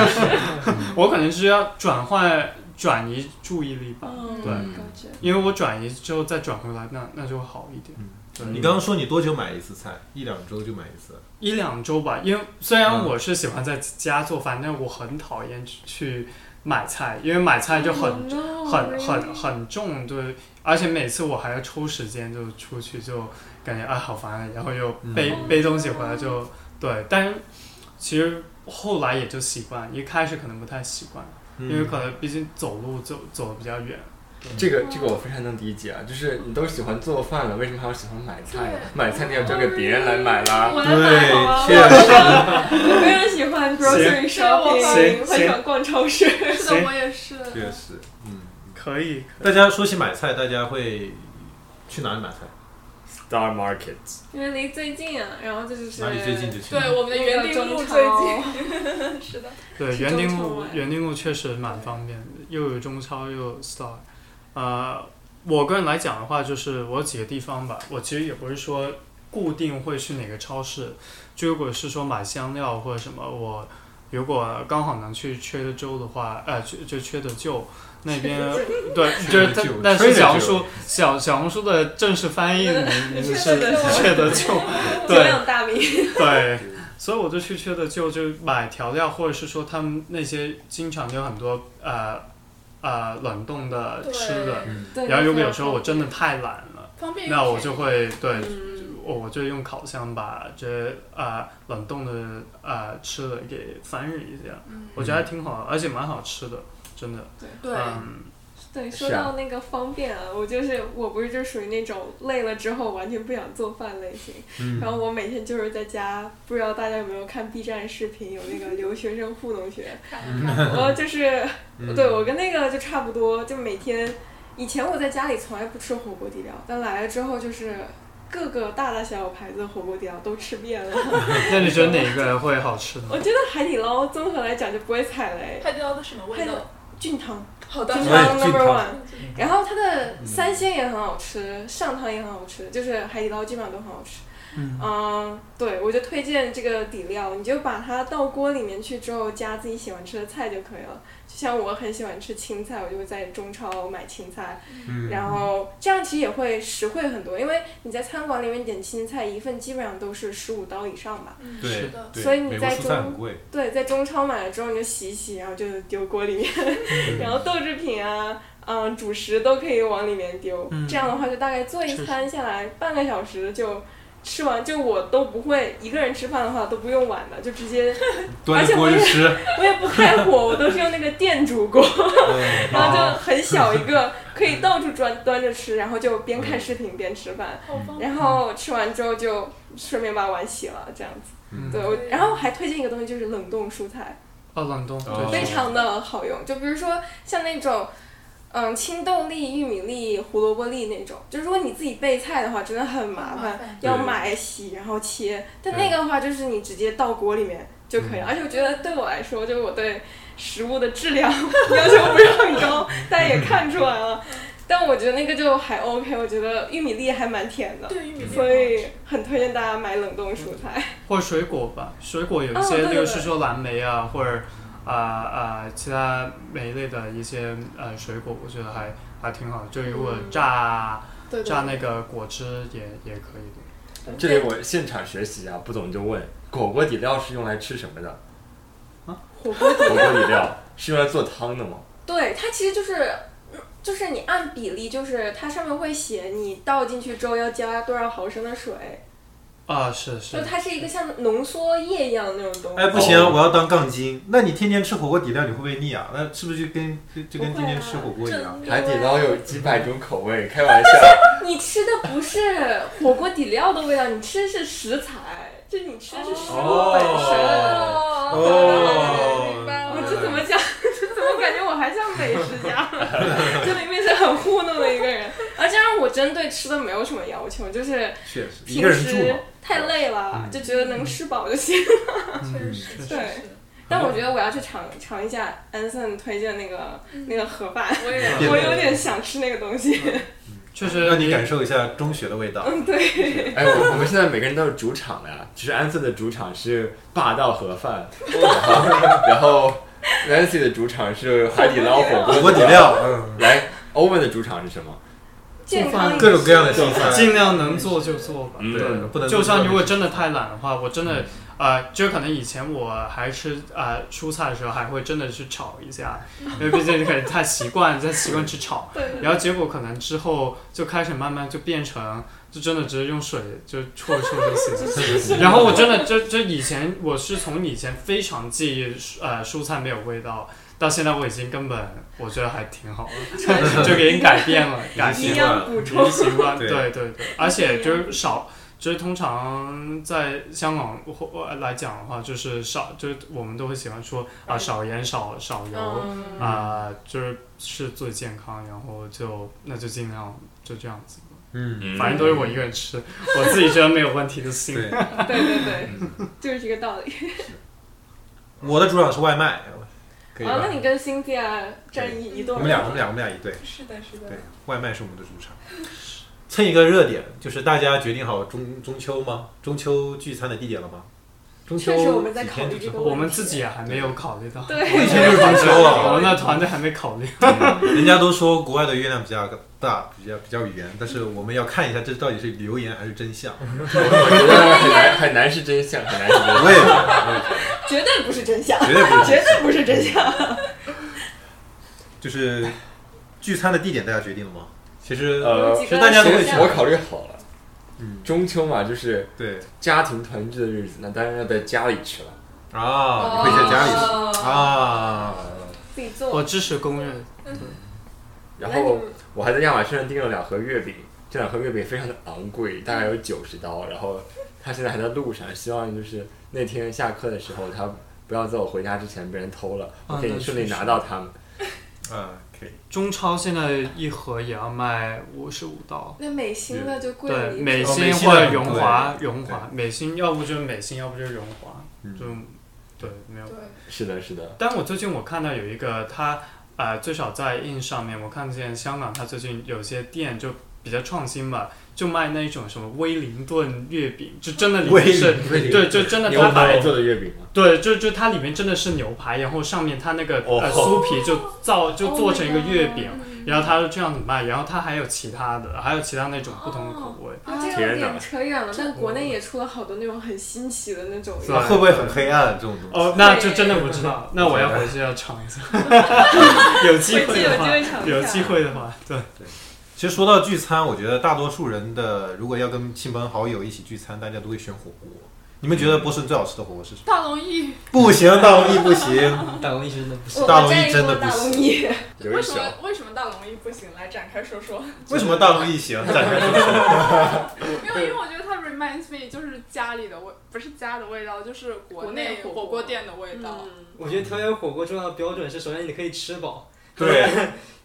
[SPEAKER 4] 我可能是要转换转移注意力吧，
[SPEAKER 3] 嗯，
[SPEAKER 4] 对
[SPEAKER 3] 感觉
[SPEAKER 4] 因为我转移之后再转回来，那那就好一点。对
[SPEAKER 2] 你刚刚说你多久买一次菜？一两周就买一次？
[SPEAKER 4] 一两周吧，因为虽然
[SPEAKER 2] 嗯
[SPEAKER 4] 我是喜欢在家做饭，但我很讨厌去去买菜，因为买菜就很、
[SPEAKER 3] 哦
[SPEAKER 4] 很很很重，对，而且每次我还要抽时间就出去，就感觉啊好烦，然后又背、
[SPEAKER 3] 嗯
[SPEAKER 4] 背东西回来就对，但是其实后来也就习惯，一开始可能不太习惯，
[SPEAKER 2] 嗯
[SPEAKER 4] 因为可能毕竟走路走走的比较远，
[SPEAKER 9] 这个这个我非常能理解啊，就是你都喜欢做饭了，为什么还要喜欢买菜呢？买菜你要交给别人来买啦。
[SPEAKER 8] 我来买好吗？
[SPEAKER 2] 对确实
[SPEAKER 3] 我非常喜欢 grocery
[SPEAKER 8] 行行
[SPEAKER 3] shopping，我很喜
[SPEAKER 4] 行
[SPEAKER 3] 欢逛超市。
[SPEAKER 8] 是的，我也是。
[SPEAKER 2] 确实，嗯。
[SPEAKER 4] 可以
[SPEAKER 2] 大家说起买菜，大家会去哪里买菜？
[SPEAKER 9] Star Market，
[SPEAKER 3] 因为离最近啊，然后这就是
[SPEAKER 2] 哪里最近就去哪里。
[SPEAKER 8] 对，我们的园丁路最近。是的，
[SPEAKER 4] 对，
[SPEAKER 3] 是
[SPEAKER 4] 园
[SPEAKER 3] 中
[SPEAKER 4] 丁
[SPEAKER 3] 超
[SPEAKER 4] 路
[SPEAKER 3] 哎
[SPEAKER 4] 园丁路确实蛮方便的，又有中超又有 Star。呃，我个人来讲的话，就是我有几个地方吧，我其实也不是说固定会去哪个超市，就如果是说买香料或者什么，我如果刚好能去缺德州的话，呃，就就缺德就那边 对，就是但
[SPEAKER 2] Trader
[SPEAKER 4] 但是
[SPEAKER 2] Joe，
[SPEAKER 4] 小红书小小红书的正式翻译名名字是缺德就，
[SPEAKER 3] 久
[SPEAKER 4] 对。
[SPEAKER 3] 仰大名。
[SPEAKER 4] 对，所以我就去缺的就就买调料，或者是说他们那些经常有很多呃呃冷冻的吃的，
[SPEAKER 2] 嗯
[SPEAKER 3] 对
[SPEAKER 4] 然后如果有时候我真的太懒了，
[SPEAKER 8] 方便。
[SPEAKER 4] 那我就会对，
[SPEAKER 3] 嗯
[SPEAKER 4] 我我就用烤箱把这呃冷冻的呃吃的给翻热一下，我觉得还挺好，而且蛮好吃的，真的，
[SPEAKER 8] 对，
[SPEAKER 4] 嗯，
[SPEAKER 3] 对，
[SPEAKER 9] 是
[SPEAKER 3] 说
[SPEAKER 9] 啊
[SPEAKER 3] 到那个方便啊，我就是我不是就属于那种累了之后完全不想做饭类型，
[SPEAKER 4] 嗯
[SPEAKER 3] 然后我每天就是在家，不知道大家有没有看 B 站视频，有那个留学生糊弄学，然后呃 就是，
[SPEAKER 2] 嗯
[SPEAKER 3] 对我跟那个就差不多，就每天，以前我在家里从来不吃火锅底料，但来了之后就是各个大大小小牌子的火锅底料都吃遍了，
[SPEAKER 4] 那你觉得哪个会好吃呢？
[SPEAKER 3] 我觉得海底捞综合来讲就不会踩雷，
[SPEAKER 8] 海底捞的什么味
[SPEAKER 3] 还有
[SPEAKER 8] 道？
[SPEAKER 3] 菌汤。
[SPEAKER 8] 好
[SPEAKER 3] 金
[SPEAKER 2] 我也
[SPEAKER 3] 汤
[SPEAKER 2] 俊
[SPEAKER 3] number
[SPEAKER 2] 汤
[SPEAKER 3] one，然后它的三鲜也很好吃，上汤也很好吃，就是海底捞基本上都很好吃。
[SPEAKER 4] 嗯
[SPEAKER 3] 对，我就推荐这个底料，你就把它到锅里面去之后，加自己喜欢吃的菜就可以了。就像我很喜欢吃青菜，我就会在中超买青菜，
[SPEAKER 2] 嗯
[SPEAKER 3] 然后这样其实也会实惠很多，因为你在餐馆里面点青菜，一份基本上都是十五刀以上吧。
[SPEAKER 8] 嗯
[SPEAKER 2] 对
[SPEAKER 8] 是的，
[SPEAKER 2] 对，
[SPEAKER 3] 所以你
[SPEAKER 2] 美国
[SPEAKER 3] 在
[SPEAKER 2] 蔬菜
[SPEAKER 3] 中
[SPEAKER 2] 很贵，
[SPEAKER 3] 对，在中超买了之后你就洗一洗，然后就丢锅里面，
[SPEAKER 4] 嗯
[SPEAKER 3] 然后豆制品啊，嗯，主食都可以往里面丢。
[SPEAKER 4] 嗯
[SPEAKER 3] 这样的话，就大概做一
[SPEAKER 4] 确实
[SPEAKER 3] 餐下来，半个小时就吃完。就我都不会一个人吃饭的话都不用碗的，就直接
[SPEAKER 2] 端着锅就 吃。
[SPEAKER 3] 我也不开火，我都是用那个电煮锅，
[SPEAKER 2] 嗯
[SPEAKER 4] 哦
[SPEAKER 3] 然后就很小一个，可以到处端端着吃，然后就边
[SPEAKER 4] 嗯
[SPEAKER 3] 看视频边吃饭，
[SPEAKER 8] 好方便。
[SPEAKER 3] 然后吃完之后就顺便把碗洗了，这样子。
[SPEAKER 4] 嗯
[SPEAKER 3] 对，我然后还推荐一个东西，就是冷冻蔬菜，
[SPEAKER 4] 哦，冷冻
[SPEAKER 2] 哦
[SPEAKER 4] 对，
[SPEAKER 3] 非常的好用。就比如说像那种，嗯，青豆粒、玉米粒、胡萝卜粒那种，就如果你自己备菜的话，真的很麻
[SPEAKER 8] 麻
[SPEAKER 3] 烦
[SPEAKER 8] 烦，
[SPEAKER 3] 要
[SPEAKER 2] 对
[SPEAKER 3] 买洗然后切。但那个的话，就是你直接倒锅里面就可以了。而且我觉得对我来说，就我对食物的质量 要求不是很高，大家也看出来了。但我觉得那个就还 OK，我觉得玉米粒还蛮甜的。
[SPEAKER 8] 对玉米粒
[SPEAKER 3] 所以很推荐大家买冷冻蔬菜。
[SPEAKER 4] 或者水果吧，水果有一
[SPEAKER 3] 哦
[SPEAKER 4] 些，
[SPEAKER 3] 对对
[SPEAKER 4] 例如
[SPEAKER 3] 对
[SPEAKER 4] 是说蓝莓啊，或者啊啊、呃其他莓类的一些呃水果，我觉得还还挺好的。就如果
[SPEAKER 8] 嗯
[SPEAKER 4] 榨、
[SPEAKER 8] 对对
[SPEAKER 4] 榨那个果汁也也可以的。
[SPEAKER 1] 这里我现场学习啊，不懂就问。火锅底料是用来吃什么的？
[SPEAKER 4] 啊
[SPEAKER 3] 火锅
[SPEAKER 1] 火锅底料是用来做汤的吗？
[SPEAKER 3] 对，它其实就是，嗯就是你按比例，就是它上面会写你倒进去之后要加多少毫升的水，
[SPEAKER 4] 啊，是，
[SPEAKER 3] 就是它是一个像浓缩液一样的那种东西。
[SPEAKER 2] 哎，不行，
[SPEAKER 1] 哦
[SPEAKER 2] 我要当杠精。那你天天吃火锅底料，你会不会腻啊？那是不是就跟就就跟
[SPEAKER 3] 不
[SPEAKER 2] 天
[SPEAKER 3] 会
[SPEAKER 2] 天
[SPEAKER 3] 啊
[SPEAKER 2] 吃火锅一样？
[SPEAKER 3] 真的
[SPEAKER 1] 海底捞有几百种口味，开玩 笑。
[SPEAKER 3] 你吃的不是火锅底料的味道，你吃的是食材，就你吃的是食物本身。
[SPEAKER 8] 哦
[SPEAKER 2] 哦
[SPEAKER 8] 明白
[SPEAKER 3] 我
[SPEAKER 8] 了。
[SPEAKER 3] 这怎么讲？ 这怎么感觉我还像美食家？ 这明明是很糊弄的一个人。而加上我真对吃的没有什么要求，就是
[SPEAKER 2] 确实，一个
[SPEAKER 3] 平
[SPEAKER 2] 人住
[SPEAKER 3] 时
[SPEAKER 2] 嘛。嗯
[SPEAKER 3] 太累了，就觉得能吃饱就行。
[SPEAKER 8] 确实，确
[SPEAKER 3] 对
[SPEAKER 8] 实，
[SPEAKER 3] 但我觉得我要去尝尝一下安森推荐那个那个盒饭，
[SPEAKER 8] 我也
[SPEAKER 2] 对
[SPEAKER 3] 我有点想吃那个东西。
[SPEAKER 4] 确实
[SPEAKER 2] 让你感受一下中学的味道。
[SPEAKER 3] 嗯， 对，
[SPEAKER 1] 哎，我我们现在每个人都有主场了呀。其实安瑟的主场是霸道盒饭，然后 Nancy 的主场是海底捞火
[SPEAKER 2] 火
[SPEAKER 1] 锅
[SPEAKER 2] 锅底。料，嗯，
[SPEAKER 1] 来，Owen 的主场是什么？
[SPEAKER 3] 健康饮
[SPEAKER 2] 各种各样的
[SPEAKER 3] 食
[SPEAKER 2] 西餐。
[SPEAKER 4] 尽量能做就做吧。
[SPEAKER 1] 嗯
[SPEAKER 2] 对，不能
[SPEAKER 4] 就算如果真的太懒的话，我
[SPEAKER 2] 嗯
[SPEAKER 4] 真的，呃，就可能以前我还吃呃蔬菜的时候，还会真的去炒一下，因为毕竟可能太习惯，在习惯吃炒，然后结果可能之后就开始慢慢就变成，就真的直接用水就搓一搓 就行。 然后我真的就就以前我是从以前非常介意呃蔬菜没有 味道，到现在我已经根本我觉得还挺好了，就给你改 变了，改变了。
[SPEAKER 3] 营养补充
[SPEAKER 4] 饮。习惯，
[SPEAKER 2] 对
[SPEAKER 4] 对对对，而且就是少，就是通常在香港或或来讲的话，就是少，就是我们都会喜欢说啊少盐少少油
[SPEAKER 3] 嗯，
[SPEAKER 4] 啊，就是是最健康，然后就那就尽量就这样子，
[SPEAKER 2] 嗯，
[SPEAKER 4] 反正都是我一个 人吃，我自己觉得没有问题就行。
[SPEAKER 2] 对，
[SPEAKER 3] 嗯对 对对，就是这个道理。
[SPEAKER 2] 我的主场是外卖，可以
[SPEAKER 3] 啊，
[SPEAKER 2] 吧
[SPEAKER 3] 那？你跟辛迪亚站一一
[SPEAKER 2] 我
[SPEAKER 3] 对儿
[SPEAKER 2] 们俩，我们俩，我们俩一对。
[SPEAKER 8] 是的，是的
[SPEAKER 2] 对。外卖是我们的主场。蹭一个热点，就是大家决定好中中秋吗？中秋聚餐的地点了吗？中秋
[SPEAKER 3] 确实我们在
[SPEAKER 2] 几
[SPEAKER 3] 考
[SPEAKER 2] 天
[SPEAKER 3] 虑
[SPEAKER 2] 就
[SPEAKER 3] 这
[SPEAKER 2] 之
[SPEAKER 3] 个
[SPEAKER 2] 后，
[SPEAKER 3] 问题。
[SPEAKER 4] 我们自己也还没有考虑 到，
[SPEAKER 2] 我以
[SPEAKER 3] 对，
[SPEAKER 2] 前就是中秋
[SPEAKER 4] 我
[SPEAKER 2] 啊。
[SPEAKER 4] 们的团队还没考虑。
[SPEAKER 2] 人家都说国外的月亮比较大，比较比较圆，但是我们要看一下这到底是流言还是真相。
[SPEAKER 1] 我觉得很难很难是真相，很难是真 相。
[SPEAKER 2] 我也我
[SPEAKER 3] 绝对不是 真相，
[SPEAKER 2] 也绝对不是真
[SPEAKER 3] 绝
[SPEAKER 2] 相。
[SPEAKER 3] 对不是真相。
[SPEAKER 2] 就是聚餐的地点大家决定了吗？其实，
[SPEAKER 3] 哦
[SPEAKER 1] 呃，
[SPEAKER 2] 其实大家都会
[SPEAKER 1] 其
[SPEAKER 2] 去
[SPEAKER 1] 实我考虑好了，
[SPEAKER 2] 嗯，
[SPEAKER 1] 中秋嘛，就是
[SPEAKER 2] 对
[SPEAKER 1] 家庭团聚的日子，那当然要在家里吃了。
[SPEAKER 2] 啊，你会在家里吃啊？
[SPEAKER 3] 哦自己做。
[SPEAKER 4] 我支持公认，
[SPEAKER 1] 然
[SPEAKER 3] 那
[SPEAKER 1] 后我还在亚马逊上订了两盒月饼，这两盒月饼非常的昂贵，大
[SPEAKER 4] 嗯
[SPEAKER 1] 概有九十刀。然后他现在还在路上，希望就是那天下课的时候，他不要在我回家之前被人偷了，我可以
[SPEAKER 4] 啊那
[SPEAKER 1] 顺利
[SPEAKER 4] 确实
[SPEAKER 1] 拿到它们。
[SPEAKER 2] 啊，可以。
[SPEAKER 4] 中超现在一盒也要卖五十五刀。
[SPEAKER 3] 那美心的就贵了
[SPEAKER 4] 对，
[SPEAKER 3] 一
[SPEAKER 4] 美
[SPEAKER 3] 点
[SPEAKER 2] 哦
[SPEAKER 4] 心或
[SPEAKER 2] 美
[SPEAKER 4] 者
[SPEAKER 2] 心
[SPEAKER 4] 荣
[SPEAKER 2] 对
[SPEAKER 4] 华，荣华，美心，要不就是美心，要不就是荣华，
[SPEAKER 2] 嗯
[SPEAKER 4] 就对，没有。
[SPEAKER 8] 对，
[SPEAKER 1] 是的，是的，
[SPEAKER 4] 但我最近我看到有一个，它呃，最少在 in 上面，我看见香港它最近有些店就比较创新嘛，就卖那种什么威灵顿月饼，就真的里面是，
[SPEAKER 2] 威灵
[SPEAKER 4] 对，就真的
[SPEAKER 1] 牛
[SPEAKER 4] 它把
[SPEAKER 1] 排做的月饼吗？
[SPEAKER 4] 对，就就它里面真的是牛排，然后上面它那个、呃
[SPEAKER 1] 哦
[SPEAKER 4] 酥皮就造
[SPEAKER 3] 哦
[SPEAKER 4] 就做成一个月饼
[SPEAKER 8] Oh my god
[SPEAKER 4] 然后它就这样子卖，然后它还有其他的，还有其他那种不同的口味。
[SPEAKER 3] 啊，这个有
[SPEAKER 1] 天哪
[SPEAKER 3] 点扯远了，但国
[SPEAKER 2] 嗯
[SPEAKER 3] 内也出了好多那种很新奇的那种。
[SPEAKER 4] 对
[SPEAKER 2] 会不会很黑暗这种东西？
[SPEAKER 4] 哦，那就真的不知道，那我要回去要尝一 下，有机会的话
[SPEAKER 3] 回去有机会尝，一下
[SPEAKER 4] 有机会的话，对，
[SPEAKER 2] 其实说到聚餐，我觉得大多数人的如果要跟亲朋好友一起聚餐，大家都会选火锅，你们觉得波士顿最好吃的火锅是什么？
[SPEAKER 8] 大龙燚
[SPEAKER 2] 不行，大龙燚不 行，
[SPEAKER 4] 大龙一真的不行。
[SPEAKER 3] 我
[SPEAKER 2] 大
[SPEAKER 3] 我
[SPEAKER 2] 龙
[SPEAKER 3] 在
[SPEAKER 2] 燚
[SPEAKER 3] 意
[SPEAKER 2] 真的
[SPEAKER 3] 过
[SPEAKER 2] 不
[SPEAKER 3] 大龙
[SPEAKER 2] 行
[SPEAKER 3] 燚，
[SPEAKER 1] 有
[SPEAKER 8] 为
[SPEAKER 1] 一
[SPEAKER 8] 什
[SPEAKER 1] 小
[SPEAKER 8] 么为什么大龙燚不行？来展开说说。
[SPEAKER 2] 为什么大龙燚行？展开说说。
[SPEAKER 8] 没有，因为我觉得它 reminds me 就是家里的味，不是家的味道，就是
[SPEAKER 3] 国
[SPEAKER 8] 国内
[SPEAKER 3] 内火锅
[SPEAKER 8] 火锅店的味道。
[SPEAKER 3] 嗯
[SPEAKER 4] 我觉得调研火锅重要的标准是，首先你可以吃饱。
[SPEAKER 2] 对，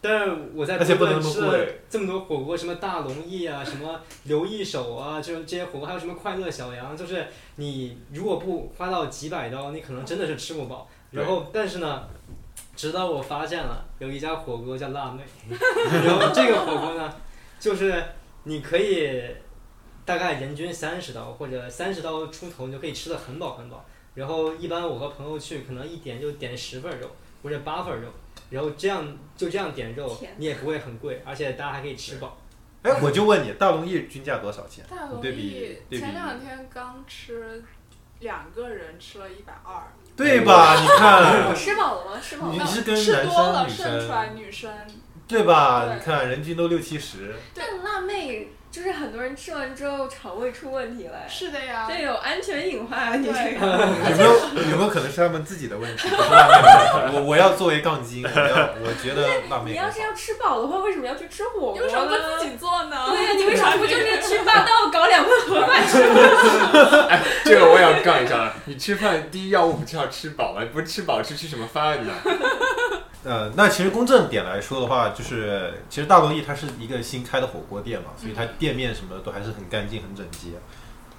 [SPEAKER 4] 但是我在
[SPEAKER 2] 而且不
[SPEAKER 4] 波
[SPEAKER 2] 能那
[SPEAKER 4] 顿
[SPEAKER 2] 么
[SPEAKER 4] 吃了
[SPEAKER 2] 贵
[SPEAKER 4] 这么多火锅，什么大龙燚啊，什么刘一手啊，就是这些火锅，还有什么快乐小羊，就是你如果不花到几百刀，你可能真的是吃不饱。
[SPEAKER 2] 对
[SPEAKER 4] 然后，但是呢，直到我发现了有一家火锅叫辣妹， 然后这个火锅呢，就是你可以大概人均三十刀或者三十刀出头，你就可以吃的很饱很饱。然后一般我和朋友去，可能一点就点十份肉或者八份肉，然后这样就这样点肉
[SPEAKER 3] 天，
[SPEAKER 4] 你也不会很贵，而且大家还可以吃饱。
[SPEAKER 2] 哎，我就问你，大龙燚均价多少钱？
[SPEAKER 8] 大龙
[SPEAKER 2] 对比
[SPEAKER 8] 燚
[SPEAKER 2] 对比
[SPEAKER 8] 前两天刚吃，两个人吃了一百二，
[SPEAKER 2] 对吧？你
[SPEAKER 3] 我
[SPEAKER 2] 看，
[SPEAKER 3] 吃饱了吗？吃饱
[SPEAKER 2] 嗯你
[SPEAKER 3] 了
[SPEAKER 8] 那
[SPEAKER 3] 吗。
[SPEAKER 2] 是跟
[SPEAKER 8] 吃
[SPEAKER 2] 男
[SPEAKER 8] 多
[SPEAKER 2] 生
[SPEAKER 8] 了
[SPEAKER 2] 女
[SPEAKER 8] 渗出来
[SPEAKER 2] 生
[SPEAKER 8] 女生
[SPEAKER 2] 对吧？
[SPEAKER 8] 对
[SPEAKER 2] 你看人均都六七 十，
[SPEAKER 3] 但辣妹就是很多人吃完之后肠胃出问题了，
[SPEAKER 8] 是的呀。
[SPEAKER 3] 这有安全隐患啊！你
[SPEAKER 8] 对
[SPEAKER 3] 这个
[SPEAKER 2] 有没有有没有可能是他们自己的问题？不是辣妹的问题我我要作为杠精，我要我觉得辣妹
[SPEAKER 3] 你
[SPEAKER 2] 更
[SPEAKER 3] 要是
[SPEAKER 2] 好。
[SPEAKER 3] 要吃饱的话，为什么要去吃火锅
[SPEAKER 8] 你
[SPEAKER 3] 呢？
[SPEAKER 8] 为什么不自己做呢？
[SPEAKER 3] 对呀，你为啥不就是去霸道搞两份盒饭吃？
[SPEAKER 1] 这个我也要杠一下了。你吃饭第一要务不是要吃饱吗？不吃饱吃吃什么饭 呢？
[SPEAKER 2] 呃，那其实公正点来说的话，就是其实大龙燚它是一个新开的火锅店嘛，所以它店面什么的都还是很干净、很整洁。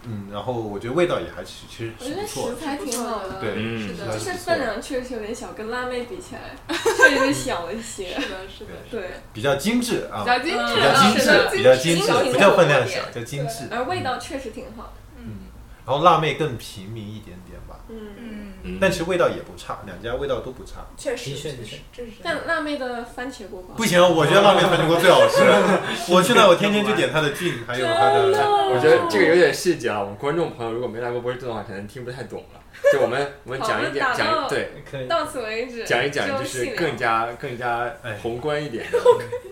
[SPEAKER 2] 嗯，然后我觉得味道也还是其实
[SPEAKER 3] 我
[SPEAKER 2] 是
[SPEAKER 3] 觉
[SPEAKER 2] 不
[SPEAKER 3] 得
[SPEAKER 2] 错
[SPEAKER 3] 食
[SPEAKER 2] 的。
[SPEAKER 3] 材挺好的，
[SPEAKER 2] 对，
[SPEAKER 1] 嗯
[SPEAKER 2] 是
[SPEAKER 3] 就
[SPEAKER 2] 的，
[SPEAKER 3] 是
[SPEAKER 2] 不错
[SPEAKER 3] 分量确实有点小，跟辣妹比起 来，确实是小了一些。
[SPEAKER 8] 是的，是的，
[SPEAKER 3] 对，
[SPEAKER 2] 比较精致啊
[SPEAKER 8] 比，较精致
[SPEAKER 2] 比较
[SPEAKER 8] 的，
[SPEAKER 2] 精致
[SPEAKER 3] 是的，
[SPEAKER 2] 比较精
[SPEAKER 3] 精
[SPEAKER 2] 致
[SPEAKER 3] 致，
[SPEAKER 2] 不叫分量
[SPEAKER 3] 精
[SPEAKER 2] 小，
[SPEAKER 3] 致
[SPEAKER 2] 叫精致。
[SPEAKER 3] 而味道确实挺好。
[SPEAKER 2] 然后辣妹更平民一点点吧，
[SPEAKER 3] 嗯，
[SPEAKER 8] 嗯，
[SPEAKER 1] 嗯
[SPEAKER 2] 但其实味道也不差，两家味道都不差。
[SPEAKER 8] 确实，
[SPEAKER 4] 的确
[SPEAKER 8] 确实，这是
[SPEAKER 3] 但辣妹的番茄锅包
[SPEAKER 2] 不，行，我觉得辣妹番茄锅最好吃。 我去那，我天天就点它的菌，还有它
[SPEAKER 3] 真
[SPEAKER 2] 的。
[SPEAKER 3] 的
[SPEAKER 1] 我觉得这个有点细节啊了，我们观众朋友如果没来过波士顿的话，可能听不太懂 了。就我们我们讲一点
[SPEAKER 3] 好我们打
[SPEAKER 1] 讲
[SPEAKER 3] 到
[SPEAKER 1] 一对
[SPEAKER 4] 可以。
[SPEAKER 3] 到此为止，
[SPEAKER 1] 讲一讲
[SPEAKER 3] 这种
[SPEAKER 1] 就
[SPEAKER 3] 细
[SPEAKER 1] 是
[SPEAKER 3] 聊
[SPEAKER 1] 更加更加
[SPEAKER 2] 哎
[SPEAKER 1] 宏观一点的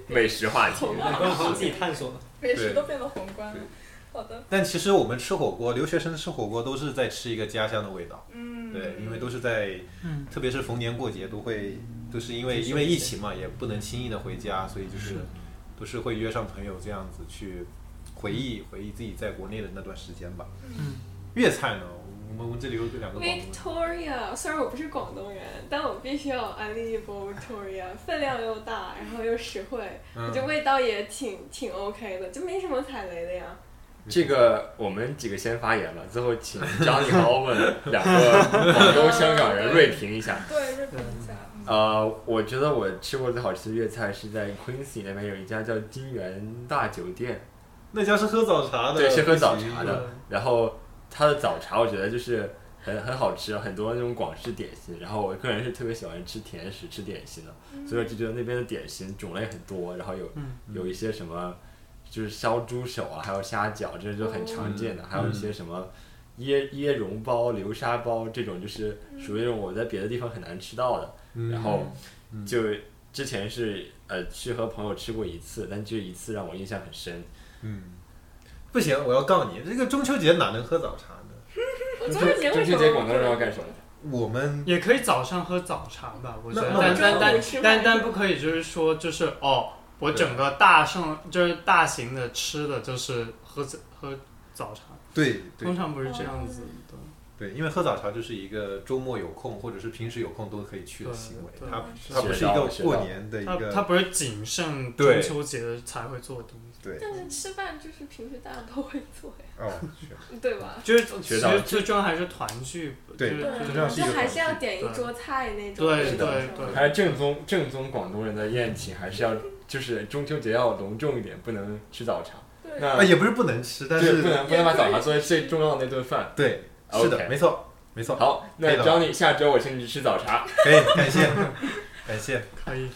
[SPEAKER 1] 美食话题。
[SPEAKER 4] 那观众自己探索吧。
[SPEAKER 8] 美食都变得宏观了
[SPEAKER 2] 对。
[SPEAKER 8] 好的，
[SPEAKER 2] 但其实我们吃火锅，留学生吃火锅都是在吃一个家乡的味道。
[SPEAKER 8] 嗯，
[SPEAKER 2] 对，因为都是在，
[SPEAKER 1] 嗯
[SPEAKER 2] 特别是逢年过节都会，都是因为因为疫情嘛，也不能轻易的回家，所以就是都是会约上朋友这样子去回忆回忆自己在国内的那段时间吧。
[SPEAKER 10] 嗯，
[SPEAKER 2] 粤菜呢，我们这里有两个广东人
[SPEAKER 3] Victoria，虽然我不是广东人，但我必须要安利一波 Victoria，分量又大，然后又实惠，我觉得
[SPEAKER 2] 嗯，
[SPEAKER 3] 味道也挺挺 OK 的，就没什么踩雷的呀。
[SPEAKER 1] 这个我们几个先发言吧，最后请张宁和欧文两个广东香港人锐评一下。
[SPEAKER 8] 对，日本一下，
[SPEAKER 1] 呃，我觉得我吃过最好吃的粤菜是在 Quincy 那边有一家叫金源大酒店，
[SPEAKER 2] 那家是喝早茶的，
[SPEAKER 1] 对，是喝早
[SPEAKER 2] 不行
[SPEAKER 1] 茶
[SPEAKER 4] 嗯
[SPEAKER 1] 的。然后它的早茶我觉得就是很很好吃，很多那种广式点心。然后我个人是特别喜欢吃甜食、吃点心的，所以我就觉得那边的点心种类很多，然后有、有一些什么就是烧猪手啊，还有虾饺，这就很常见
[SPEAKER 2] 哦
[SPEAKER 1] 的，还有一些什么。椰椰蓉包、流沙包这种就是属于那种我在别的地方很难吃到的，
[SPEAKER 2] 嗯
[SPEAKER 1] 然后
[SPEAKER 2] 嗯
[SPEAKER 1] 就之前是呃去和朋友吃过一次，但这一次让我印象很深，
[SPEAKER 2] 嗯，不行，我要告你，这个中秋节哪能喝早茶呢？
[SPEAKER 3] 我中秋节为什么？
[SPEAKER 1] 中秋节广东人要干什么？
[SPEAKER 2] 我们
[SPEAKER 10] 也可以早上喝早茶吧，我觉得
[SPEAKER 2] 那，
[SPEAKER 10] 但
[SPEAKER 2] 那
[SPEAKER 10] 但
[SPEAKER 2] 我
[SPEAKER 10] 但
[SPEAKER 3] 吃饭
[SPEAKER 10] 但但不可以就是说就是哦，我整个大盛就是大型的吃的就是喝早喝早茶，
[SPEAKER 2] 对对
[SPEAKER 10] 通常不是这
[SPEAKER 3] 哦
[SPEAKER 10] 样子的。
[SPEAKER 2] 对，因为喝早茶就是一个周末有空或者是平时有空都可以去的
[SPEAKER 10] 对
[SPEAKER 2] 行为，
[SPEAKER 10] 对
[SPEAKER 2] 它
[SPEAKER 10] 是
[SPEAKER 2] 它不是一
[SPEAKER 1] 学
[SPEAKER 2] 个
[SPEAKER 1] 到学到
[SPEAKER 2] 过年的一
[SPEAKER 10] 它
[SPEAKER 2] 个
[SPEAKER 10] 它不是仅剩
[SPEAKER 2] 对
[SPEAKER 10] 中秋节才会做的东西，
[SPEAKER 2] 对
[SPEAKER 3] 但是吃饭就是平时大家都会做呀，
[SPEAKER 2] 哦，是
[SPEAKER 3] 对吧？
[SPEAKER 10] 就是其
[SPEAKER 1] 学到
[SPEAKER 10] 实最重要还是团聚，
[SPEAKER 2] 对
[SPEAKER 10] 就是
[SPEAKER 2] 对
[SPEAKER 10] 就
[SPEAKER 2] 这样是一
[SPEAKER 3] 啊就
[SPEAKER 2] 个
[SPEAKER 3] 还是要点一桌菜那种。
[SPEAKER 10] 对
[SPEAKER 3] 那种
[SPEAKER 10] 对对
[SPEAKER 1] 还是哎正宗正宗广东人的宴请，还是要就是中秋节要隆重一点，不能吃早茶。
[SPEAKER 8] 对
[SPEAKER 1] 那
[SPEAKER 2] 啊，也不是不能吃，但
[SPEAKER 1] 对，不
[SPEAKER 2] 是
[SPEAKER 1] 能不能把早茶作为最重要的那顿饭。
[SPEAKER 2] 对，是的，
[SPEAKER 1] OK
[SPEAKER 2] 没错，没错，
[SPEAKER 1] 好，那
[SPEAKER 2] 可以了
[SPEAKER 1] Johnny 下周我请你吃早茶。
[SPEAKER 2] 可以，感谢，感谢。
[SPEAKER 10] 可以。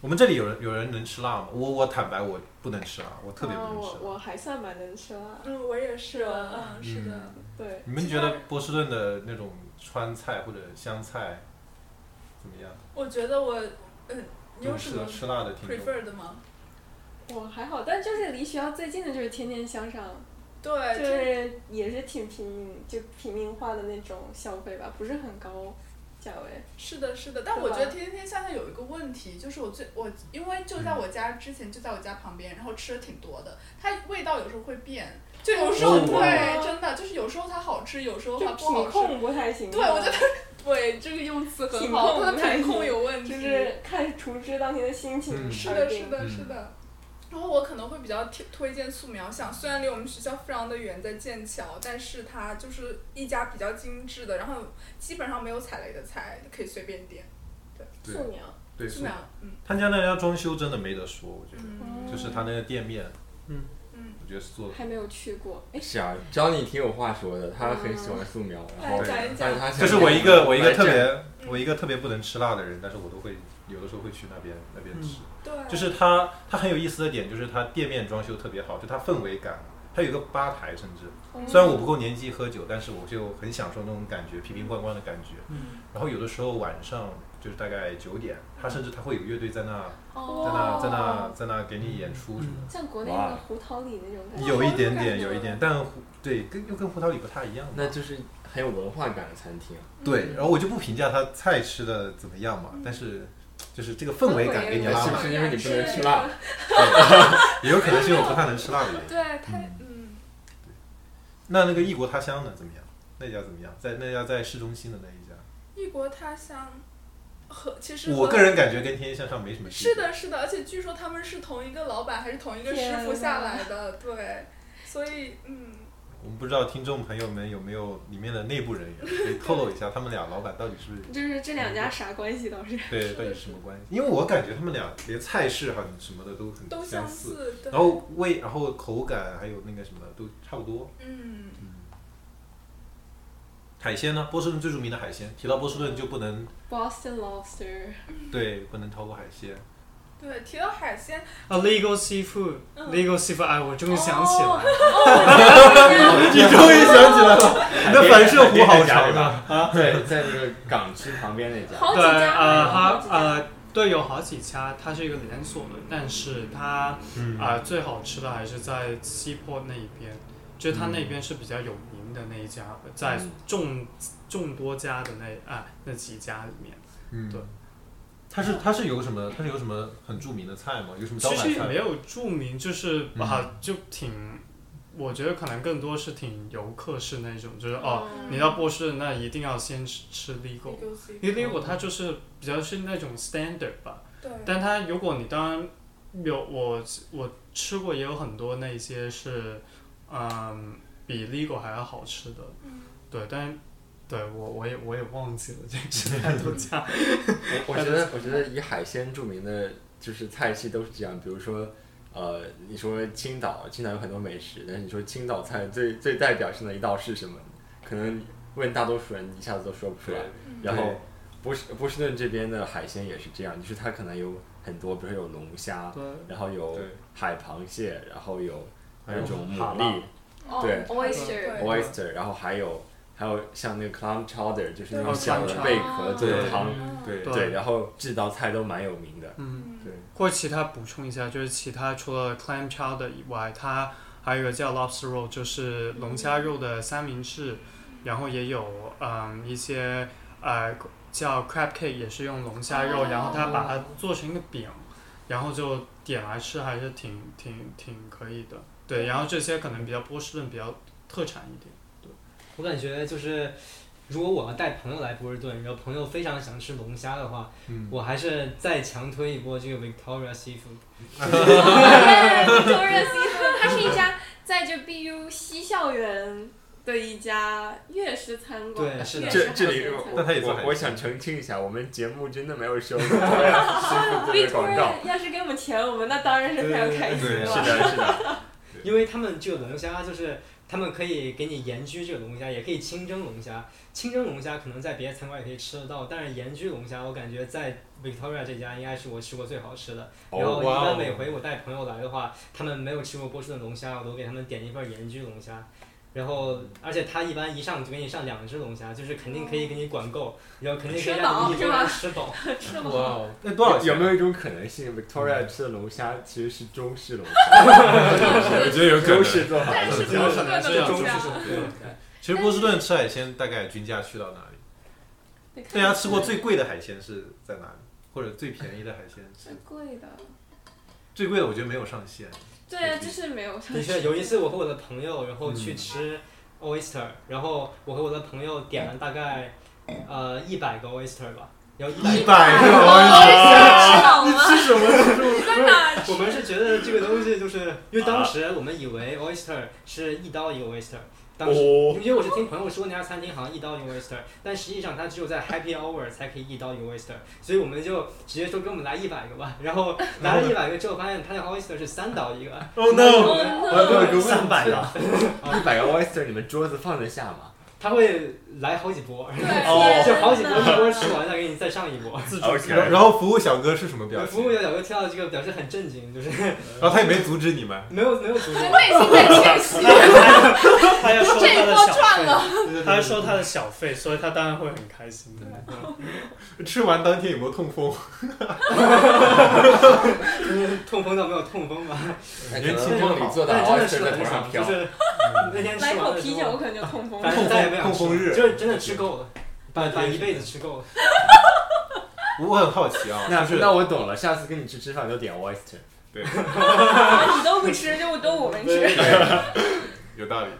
[SPEAKER 2] 我们这里有人有人能吃辣吗？我我坦白我不能吃辣，我特别不
[SPEAKER 3] 啊
[SPEAKER 2] 能吃
[SPEAKER 3] 我
[SPEAKER 2] 辣。嗯
[SPEAKER 3] 我还算蛮能吃辣，
[SPEAKER 8] 嗯，我也是，
[SPEAKER 3] 嗯
[SPEAKER 8] 嗯，是的，
[SPEAKER 3] 对，
[SPEAKER 2] 你们觉得波士顿的那种川菜或者湘菜怎么样？
[SPEAKER 8] 我觉得我，嗯，你有
[SPEAKER 2] 就
[SPEAKER 8] 什
[SPEAKER 2] 是
[SPEAKER 8] 么
[SPEAKER 2] 吃辣的听众
[SPEAKER 8] prefer 的吗？
[SPEAKER 3] 我还好，但就是离学校最近的就是天天向上，
[SPEAKER 8] 对，
[SPEAKER 3] 就
[SPEAKER 8] 就是
[SPEAKER 3] 是也是挺平民，就平民化的那种消费吧，不是很高价位。
[SPEAKER 8] 是的，是的。但
[SPEAKER 3] 对
[SPEAKER 8] 我觉得
[SPEAKER 3] 吧
[SPEAKER 8] 天天向下有一个问题，就是我最我因为就在我
[SPEAKER 2] 嗯
[SPEAKER 8] 家之前就在我家旁边，然后吃的挺多的，它味道有时候会变，就有时候、
[SPEAKER 2] 哦
[SPEAKER 8] 对，真的就是有时候它好吃，有时候
[SPEAKER 3] 就
[SPEAKER 8] 它不好
[SPEAKER 3] 品
[SPEAKER 8] 吃。
[SPEAKER 3] 控不太行吧。
[SPEAKER 8] 对，我觉得对这个用词很
[SPEAKER 3] 品
[SPEAKER 8] 好，
[SPEAKER 3] 控
[SPEAKER 8] 它
[SPEAKER 3] 不
[SPEAKER 8] 的
[SPEAKER 3] 太
[SPEAKER 8] 品控
[SPEAKER 3] 行
[SPEAKER 8] 有问题。
[SPEAKER 3] 就是看厨师当天的心情而
[SPEAKER 2] 嗯
[SPEAKER 3] 定。
[SPEAKER 8] 是的，是的，
[SPEAKER 2] 嗯
[SPEAKER 8] 是的。然后我可能会比较推推荐素描巷，虽然离我们学校非常的远，在剑桥，但是它就是一家比较精致的，然后基本上没有踩雷的菜，可以随便点。
[SPEAKER 2] 对
[SPEAKER 3] 素描，
[SPEAKER 2] 对，
[SPEAKER 8] 素描，嗯
[SPEAKER 2] 他家那家装修真的没得说，我觉得，
[SPEAKER 8] 嗯
[SPEAKER 2] 就是他那个店面，
[SPEAKER 4] 嗯
[SPEAKER 8] 嗯，
[SPEAKER 2] 我觉得是做的
[SPEAKER 3] 还没有去过。哎，
[SPEAKER 1] 是啊，张你挺有话说的，他很喜欢素描，然后
[SPEAKER 8] 来哎讲一
[SPEAKER 1] 但
[SPEAKER 8] 讲
[SPEAKER 1] 是。他
[SPEAKER 2] 就是我一
[SPEAKER 1] 嗯
[SPEAKER 2] 个我一个特
[SPEAKER 1] 来
[SPEAKER 2] 别嗯我一个特别不能吃辣的人，但是我都会有的时候会去那边那边吃。
[SPEAKER 8] 对，
[SPEAKER 2] 就是它它很有意思的点就是它店面装修特别好，就它氛围感，它有一个吧台甚至。
[SPEAKER 3] 嗯
[SPEAKER 2] 虽然我不够年纪喝酒，但是我就很享受那种感觉，瓶瓶罐罐的感觉。
[SPEAKER 4] 嗯，
[SPEAKER 2] 然后有的时候晚上就是大概九点，它甚至它会有乐队在那在那在那
[SPEAKER 3] 哦，
[SPEAKER 2] 在那给你演出什么
[SPEAKER 3] 像国内那个胡桃里那种感
[SPEAKER 2] 的，
[SPEAKER 3] 觉。
[SPEAKER 2] 有一点
[SPEAKER 8] 好有感
[SPEAKER 2] 点
[SPEAKER 8] 觉
[SPEAKER 2] 有一点，但胡对跟又跟胡桃里不太一样嘛。
[SPEAKER 1] 那就是很有文化感的餐厅。
[SPEAKER 2] 对，然后我就不评价它菜吃的怎么样
[SPEAKER 8] 嗯
[SPEAKER 2] 嘛，但是就是这个氛围感给你
[SPEAKER 3] 嗯
[SPEAKER 2] 拉
[SPEAKER 1] 哎是不
[SPEAKER 2] 满，
[SPEAKER 1] 是因为你不能吃
[SPEAKER 3] 是
[SPEAKER 1] 辣？
[SPEAKER 2] 也有可能是因为我不太能吃辣的原因。
[SPEAKER 8] 对它，嗯，
[SPEAKER 2] 那那个异国他乡呢？怎么样？那家怎么样？在那家在市中心的那一家，
[SPEAKER 8] 异国他乡和其实
[SPEAKER 2] 我
[SPEAKER 8] 和
[SPEAKER 2] 个人感觉跟天天向上没什么区别。
[SPEAKER 8] 是，的，是的，而且据说他们是同一个老板还是同一个师傅
[SPEAKER 3] 天
[SPEAKER 8] 下
[SPEAKER 3] 呐
[SPEAKER 8] 来的，对，所以嗯。
[SPEAKER 2] 我们不知道听众朋友们有没有里面的内部人员，可以透露一下他们俩老板到底是不 是
[SPEAKER 3] 就是这两家啥关系倒是。
[SPEAKER 2] 对到底是什么关系？因为我感觉他们俩连菜式好像什么的都很
[SPEAKER 8] 都
[SPEAKER 2] 相哦
[SPEAKER 8] 相似，对
[SPEAKER 2] 然后味，然后口感还有那个什么都差不多。
[SPEAKER 8] 嗯，
[SPEAKER 2] 海鲜呢？波士顿最著名的海鲜，提到波士顿就不能
[SPEAKER 3] Boston lobster，
[SPEAKER 2] 对不能逃过海鲜。
[SPEAKER 8] 对，提到海鲜，
[SPEAKER 4] 啊，legal
[SPEAKER 8] 嗯
[SPEAKER 4] seafood，legal seafood，哎，我终于想起来了，
[SPEAKER 2] 你终于想起来了，你
[SPEAKER 1] 哎
[SPEAKER 2] 的反射弧好长啊！
[SPEAKER 1] 啊！对，在那个港区旁边那家，
[SPEAKER 8] 哦好几
[SPEAKER 4] 对，
[SPEAKER 8] 家，
[SPEAKER 4] 呃，
[SPEAKER 8] 好
[SPEAKER 4] 它
[SPEAKER 8] 几家
[SPEAKER 4] 呃，对，有好几家，它是一个连锁的，但是它
[SPEAKER 2] 嗯
[SPEAKER 4] 啊、最好吃的还是在西坡那一边，就是它那边是比较有名的那一家，在
[SPEAKER 1] 嗯
[SPEAKER 4] 众众多家的那啊、那几家里面，
[SPEAKER 2] 嗯
[SPEAKER 4] 对。
[SPEAKER 2] 它是它是有什么它是有什么很著名的菜吗？有什么招
[SPEAKER 4] 其实
[SPEAKER 2] 牌
[SPEAKER 4] 也没
[SPEAKER 2] 菜？
[SPEAKER 4] 有著名，就是
[SPEAKER 2] 嗯
[SPEAKER 4] 啊，就挺，我觉得可能更多是挺游客式那种，就是哦，
[SPEAKER 8] 嗯
[SPEAKER 4] 你到波士顿那一定要先吃吃 legal，
[SPEAKER 8] 对
[SPEAKER 4] 因为 legal 它就是比较是那种 standard 吧，
[SPEAKER 8] 对，
[SPEAKER 4] 但它如果你当然有我我吃过也有很多那些是，嗯，比 legal 还要好吃的，
[SPEAKER 8] 嗯
[SPEAKER 4] 对，但对我我也我也忘记了这个是太多 家，
[SPEAKER 1] 我觉得我觉得以海鲜著名的就是菜系都是这样，比如说。呃，你说青岛，青岛有很多美食，但是你说青岛菜最最代表性的一道是什么？可能问大多数人一下子都说不出来。然后
[SPEAKER 2] 对
[SPEAKER 1] 波士波士顿这边的海鲜也是这样，就是它可能有很多，比如说有龙虾，
[SPEAKER 4] 对，
[SPEAKER 1] 然后有
[SPEAKER 2] 对
[SPEAKER 1] 海螃蟹，然后有
[SPEAKER 2] 还有
[SPEAKER 1] 那种
[SPEAKER 2] 蛤
[SPEAKER 1] 牡
[SPEAKER 2] 蜊
[SPEAKER 1] 蛎对
[SPEAKER 3] 哦，oyster，
[SPEAKER 8] 对
[SPEAKER 1] oyster，然后还有还有像那个 clam chowder，就是那种
[SPEAKER 2] 哦
[SPEAKER 4] 对
[SPEAKER 1] 小的
[SPEAKER 4] clam
[SPEAKER 1] 贝壳做的
[SPEAKER 2] 啊对
[SPEAKER 1] 汤，
[SPEAKER 2] 对
[SPEAKER 4] 对
[SPEAKER 1] 对，然后这道菜都蛮有名的，
[SPEAKER 4] 嗯。
[SPEAKER 1] 对，
[SPEAKER 4] 或者其他补充一下，就是其他除了 clam chowder 以外，它还有一个叫 lobster roll，就是龙虾肉的三明治，然后也有嗯一些呃叫 crab cake，也是用龙虾肉，
[SPEAKER 8] 哦
[SPEAKER 4] 然后它把它做成一个饼，然后就点来吃，还是挺挺挺可以的。对，然后这些可能比较波士顿比较特产一点。
[SPEAKER 11] 我感觉就是，如果我要带朋友来波士顿，然后朋友非常想吃龙虾的话，
[SPEAKER 2] 嗯
[SPEAKER 11] 我还是再强推一波这个 Victoria Seafood。
[SPEAKER 3] ，Victoria Seafood，它是一家在这 BU 西校园的一家粤式餐馆，
[SPEAKER 11] 对是的
[SPEAKER 3] 粤式
[SPEAKER 1] 这
[SPEAKER 3] 海
[SPEAKER 1] 这里
[SPEAKER 3] 鲜餐
[SPEAKER 1] 我
[SPEAKER 2] 但它也做
[SPEAKER 1] 我
[SPEAKER 2] 海鲜
[SPEAKER 1] 我想澄清一下，我们节目真的没有收 过
[SPEAKER 9] 啊
[SPEAKER 1] 这个广告，
[SPEAKER 3] Victoria 要是给我们钱，我们那当然是非常开心
[SPEAKER 2] 对
[SPEAKER 1] 是
[SPEAKER 3] 了。
[SPEAKER 1] 的，是 的，
[SPEAKER 11] 因为他们这个龙虾就是他们可以给你盐焗这个龙虾，也可以清蒸龙虾。清蒸龙虾可能在别的餐馆也可以吃得到，但是盐焗龙虾我感觉在 Victoria 这家应该是我吃过最好吃的。然后一
[SPEAKER 2] 哇哦
[SPEAKER 11] 般每回我带朋友来的话，他们没有吃过波士顿龙虾，我都给他们点一份盐焗龙虾。
[SPEAKER 1] 然后，而且他一般一上就给你上两只龙虾，啊就是肯定可以给你管够，然后肯定可以让你一
[SPEAKER 8] 吃
[SPEAKER 1] 桌
[SPEAKER 8] 饱
[SPEAKER 1] 人吃饱。
[SPEAKER 8] 吃
[SPEAKER 2] 哇
[SPEAKER 8] 吗？
[SPEAKER 2] 哦，那多少钱？
[SPEAKER 9] 有没有一种可能性，Victoria
[SPEAKER 1] 嗯
[SPEAKER 9] 吃的龙虾其实是中式龙虾？
[SPEAKER 12] 我觉得有可
[SPEAKER 9] 中
[SPEAKER 12] 能。
[SPEAKER 9] 式做法
[SPEAKER 8] 但是
[SPEAKER 9] 的
[SPEAKER 8] 不
[SPEAKER 9] 龙
[SPEAKER 8] 是
[SPEAKER 9] 虾。
[SPEAKER 8] 炖的龙虾，
[SPEAKER 2] 其实波士顿吃海鲜大概均价去到哪里？
[SPEAKER 8] 得看
[SPEAKER 2] 大啊家吃过最贵的海鲜是在哪里？或者最便宜的海鲜是
[SPEAKER 8] 最？贵的。
[SPEAKER 2] 最贵的我觉得没有上限。
[SPEAKER 8] 对啊，就是没有上
[SPEAKER 1] 的确，有一次我和我的朋友，然后
[SPEAKER 4] 嗯
[SPEAKER 1] 去吃 oyster，、然后我和我的朋友点了大概呃一百个 oyster 吧，然后一百
[SPEAKER 2] 一百个
[SPEAKER 8] 少吗？
[SPEAKER 2] 是什么？
[SPEAKER 8] 你在哪
[SPEAKER 1] 我们是觉得这个东西就是因为当时我们以为 oyster 是一刀一个 oyster，当时、
[SPEAKER 9] 哦
[SPEAKER 1] 因为我是听朋友说那家餐厅好像一刀一个 oyster，但实际上它只有在 happy hour 才可以一刀一个 oyster，所以我们就直接说给我们来一百个吧，然后来了一百个之后发现他那 oyster 是三刀一个
[SPEAKER 2] Oh no！
[SPEAKER 9] 我有 个问题
[SPEAKER 1] 三百 个，哦
[SPEAKER 9] 一百个 oyster，你们桌子放得下吗？
[SPEAKER 1] 他会来好几波，
[SPEAKER 8] 对
[SPEAKER 1] 就好几波一波吃完再给你再上一波。
[SPEAKER 4] 自助
[SPEAKER 2] 然
[SPEAKER 9] OK，
[SPEAKER 2] 然后服务小哥是什么表
[SPEAKER 1] 服
[SPEAKER 2] 情
[SPEAKER 1] 务？员小哥听到这个表示很震惊，就是
[SPEAKER 2] 然后他也没阻止你们。
[SPEAKER 1] 没有没有阻止
[SPEAKER 8] 就
[SPEAKER 1] 我，
[SPEAKER 8] 内心在窃喜，
[SPEAKER 4] 他要收
[SPEAKER 8] 这
[SPEAKER 4] 他
[SPEAKER 8] 一
[SPEAKER 4] 的
[SPEAKER 8] 波
[SPEAKER 4] 小
[SPEAKER 8] 赚
[SPEAKER 4] 费，
[SPEAKER 8] 了。
[SPEAKER 4] 他要收他的小费，所以他当然会很开心的。
[SPEAKER 2] 吃完当天有没有痛风？
[SPEAKER 1] 痛风倒没有痛风吧。
[SPEAKER 9] 哎
[SPEAKER 12] 感觉秦梦里做的 oyster 在头上飘
[SPEAKER 1] 就。是那天
[SPEAKER 3] 来
[SPEAKER 1] 吃
[SPEAKER 3] 口
[SPEAKER 1] 完了
[SPEAKER 3] 啤
[SPEAKER 1] 之
[SPEAKER 3] 酒，我
[SPEAKER 1] 后，
[SPEAKER 3] 可能就痛风
[SPEAKER 1] 反
[SPEAKER 3] 了。
[SPEAKER 1] 正再也不想
[SPEAKER 2] 痛
[SPEAKER 1] 吃
[SPEAKER 2] 风日
[SPEAKER 1] 了，就是真的吃够了，把把一辈子吃够了。
[SPEAKER 2] 我很好奇啊，
[SPEAKER 9] 那
[SPEAKER 2] 就是
[SPEAKER 9] 那我懂了，下次跟你去吃饭就点 oyster。
[SPEAKER 3] 你都不吃，就都我们吃。
[SPEAKER 2] 有道理。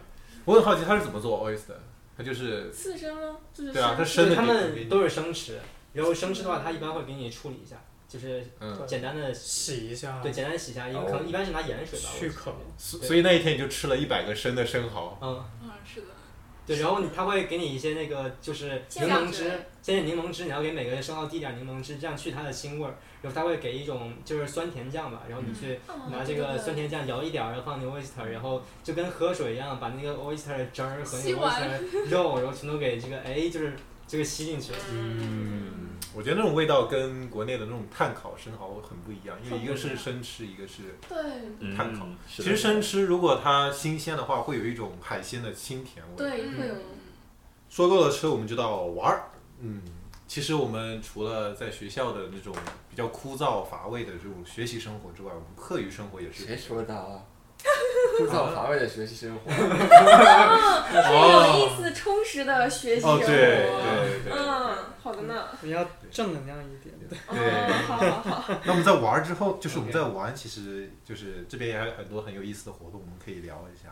[SPEAKER 2] 我很好奇他是怎么做 oyster，他就是
[SPEAKER 8] 刺身吗？就是
[SPEAKER 2] 对啊，他
[SPEAKER 1] 就
[SPEAKER 2] 生
[SPEAKER 1] 是
[SPEAKER 2] 的
[SPEAKER 1] 他
[SPEAKER 2] 给
[SPEAKER 1] 们
[SPEAKER 2] 你
[SPEAKER 1] 都是生吃，然后生吃的话，他一般会给你处理一下，就是
[SPEAKER 2] 嗯，
[SPEAKER 1] 简单的
[SPEAKER 4] 洗一下，
[SPEAKER 1] 对简单洗一下，因为可能一般是拿盐水吧。我
[SPEAKER 4] 去口。
[SPEAKER 2] 所所以那一天你就吃了一百个生的生蚝。
[SPEAKER 1] 嗯，
[SPEAKER 8] 嗯，是的。
[SPEAKER 1] 对，然后你他会给你一些那个就是柠
[SPEAKER 8] 酱
[SPEAKER 1] 檬
[SPEAKER 8] 汁
[SPEAKER 1] 汁，先是柠檬汁，你要给每个生蚝滴点柠檬汁，这样去它的腥味儿。然后他会给一种就是酸甜酱吧，然后你去
[SPEAKER 8] 嗯哦
[SPEAKER 1] 拿这个酸甜酱摇一点儿，然后放进 oyster，然后就跟喝水一样，把那个 oyster 的汁儿和那
[SPEAKER 8] 吸
[SPEAKER 1] 个
[SPEAKER 8] 完
[SPEAKER 1] oyster 肉，然后全都给这个哎，就是这个吸进去了。
[SPEAKER 2] 嗯，我觉得那种味道跟国内的那种炭烤生蚝很不一样，因为一个是生吃，一个是
[SPEAKER 8] 对，
[SPEAKER 2] 碳烤
[SPEAKER 9] 嗯
[SPEAKER 2] 其
[SPEAKER 9] 是的
[SPEAKER 2] 实生吃如果它新鲜的话，会有一种海鲜的清甜味。
[SPEAKER 8] 对，会有
[SPEAKER 2] 说够了吃，我们就到玩儿。嗯，其实我们除了在学校的那种比较枯燥乏味的这种学习生活之外，我们课余生活也是
[SPEAKER 9] 谁说的 啊？枯燥乏味的学习生活，
[SPEAKER 3] 是有意思、充实的学习生
[SPEAKER 2] 哦，
[SPEAKER 3] 活。
[SPEAKER 2] 对对对。
[SPEAKER 3] 嗯，好的呢。
[SPEAKER 4] 你要正能量一点。
[SPEAKER 2] 对
[SPEAKER 3] 嗯，好
[SPEAKER 1] 哦
[SPEAKER 3] 好好。
[SPEAKER 2] 那我们在玩儿之后，就是我们在玩，其实就是这边也还有很多很有意思的活动，我们可以聊一 下。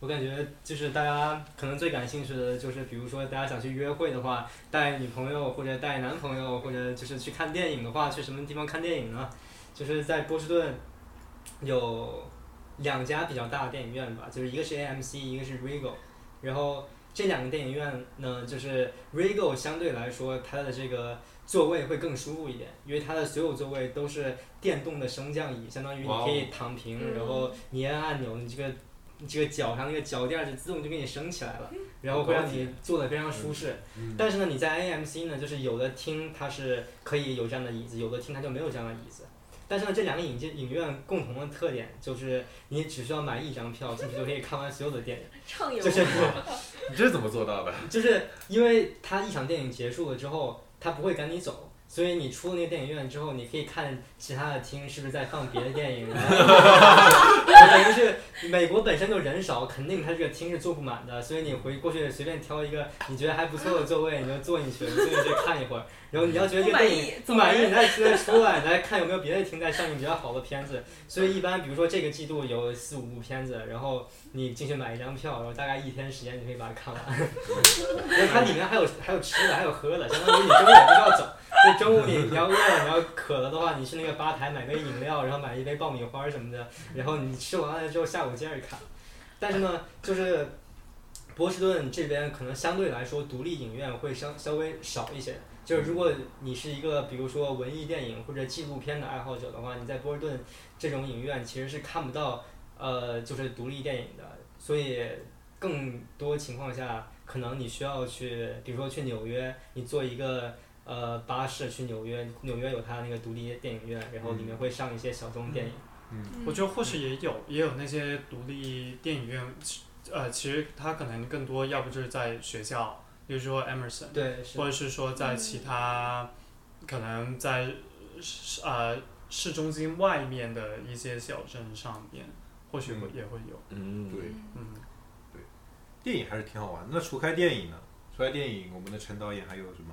[SPEAKER 1] 我感觉就是大家可能最感兴趣的就是，比如说大家想去约会的话，带女朋友或者带男朋友，或者就是去看电影的话，去什么地方看电影呢？就是在波士顿有两家比较大的电影院吧，就是一个是 AMC，一个是 Regal，然后这两个电影院呢，就是 Regal 相对来说它的这个座位会更舒服一点，因为它的所有座位都是电动的升降椅，相当于你可以躺平，
[SPEAKER 8] 嗯
[SPEAKER 1] 然后你按按钮，你这个你这个脚上那个脚垫儿就自动就给你升起来了，然后会让你坐得非常舒适。但是呢，你在 AMC 呢，就是有的厅它是可以有这样的椅子，有的厅它就没有这样的椅子。但是呢，这两个影界影院共同的特点就是，你只需要买一张票进去就可以看完所有的电影，
[SPEAKER 3] 畅游
[SPEAKER 1] 就。是
[SPEAKER 2] 你这是怎么做到的？
[SPEAKER 1] 就是因为它一场电影结束了之后，它不会赶你走，所以你出了那个电影院之后，你可以看其他的厅是不是在放别的电影。然后等于是美国本身就人少，肯定它这个厅是坐不满的，所以你回过去随便挑一个你觉得还不错的座位，你就坐进去，你坐进去看一会儿。然后你要觉得这个电影
[SPEAKER 3] 不
[SPEAKER 1] 不
[SPEAKER 3] 满
[SPEAKER 1] 满
[SPEAKER 3] 意
[SPEAKER 1] 意，你再再出来，来看有没有别的厅在上映比较好的片子。所以一般比如说这个季度有四五部片子，然后你进去买一张票，然后大概一天时间你可以把它看完。 因为它里面还有还有吃的，还有喝的，相当于你中午也不需要走。就中午你你要饿了，你要渴了的话，你去那个吧台买杯饮料，然后买一杯爆米花什么的，然后你吃完了之后下午接着看。但是呢，就是波士顿这边可能相对来说独立影院会稍稍微少一些。就是如果你是一个比如说文艺电影或者纪录片的爱好者的话，你在波士顿这种影院其实是看不到呃就是独立电影的，所以更多情况下，可能你需要去，比如说去纽约，你坐一个呃巴士去纽约，纽约有它那个独立电影院，然后里面会上一些小众电影。
[SPEAKER 4] 我觉得或许也有，也有那些独立电影院，呃，其实他可能更多要不就是在学校，比如说 Emerson，
[SPEAKER 1] 对，是
[SPEAKER 4] 或者是说在其他、可能在市呃市中心外面的一些小镇上面，或许会、
[SPEAKER 2] 嗯
[SPEAKER 4] 也会有，
[SPEAKER 9] 嗯，
[SPEAKER 2] 对，
[SPEAKER 4] 嗯，
[SPEAKER 2] 电影还是挺好玩的。那除开电影呢？除开电影，我们的陈导演还有什么？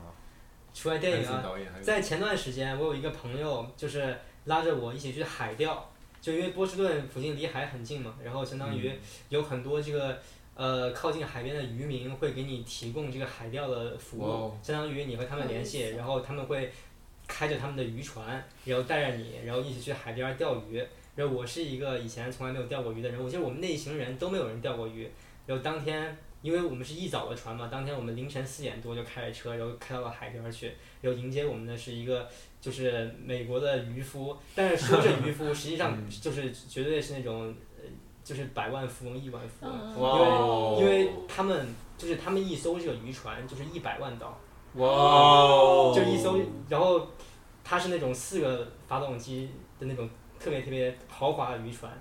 [SPEAKER 1] 出来电影
[SPEAKER 2] 陈
[SPEAKER 1] 啊。
[SPEAKER 2] 导演还有
[SPEAKER 1] 在前段时间，我有一个朋友就是拉着我一起去海钓，就因为波士顿附近离海很近嘛，然后相当于有很多这个呃靠近海边的渔民会给你提供这个海钓的服务，
[SPEAKER 2] 哇哦
[SPEAKER 1] 相当于你和他们联系，然后他们会开着他们的渔船，然后带着你，然后一起去海边钓鱼。然后我是一个以前从来没有钓过鱼的人，我记得我们那一行人都没有人钓过鱼。然后当天，因为我们是一早的船嘛，当天我们凌晨四点多就开着车，然后开到了海边去。然后迎接我们的是一个就是美国的渔夫，但是说是渔夫，实际上
[SPEAKER 2] 嗯
[SPEAKER 1] 就是绝对是那种呃，就是百万富翁、亿万富翁。
[SPEAKER 3] 嗯
[SPEAKER 12] 哇哦
[SPEAKER 1] 因为他们就是他们一艘这个渔船就是一百万刀，
[SPEAKER 12] 哇哦，
[SPEAKER 1] 就一艘，然后它是那种四个发动机的那种特别特别豪华的渔船，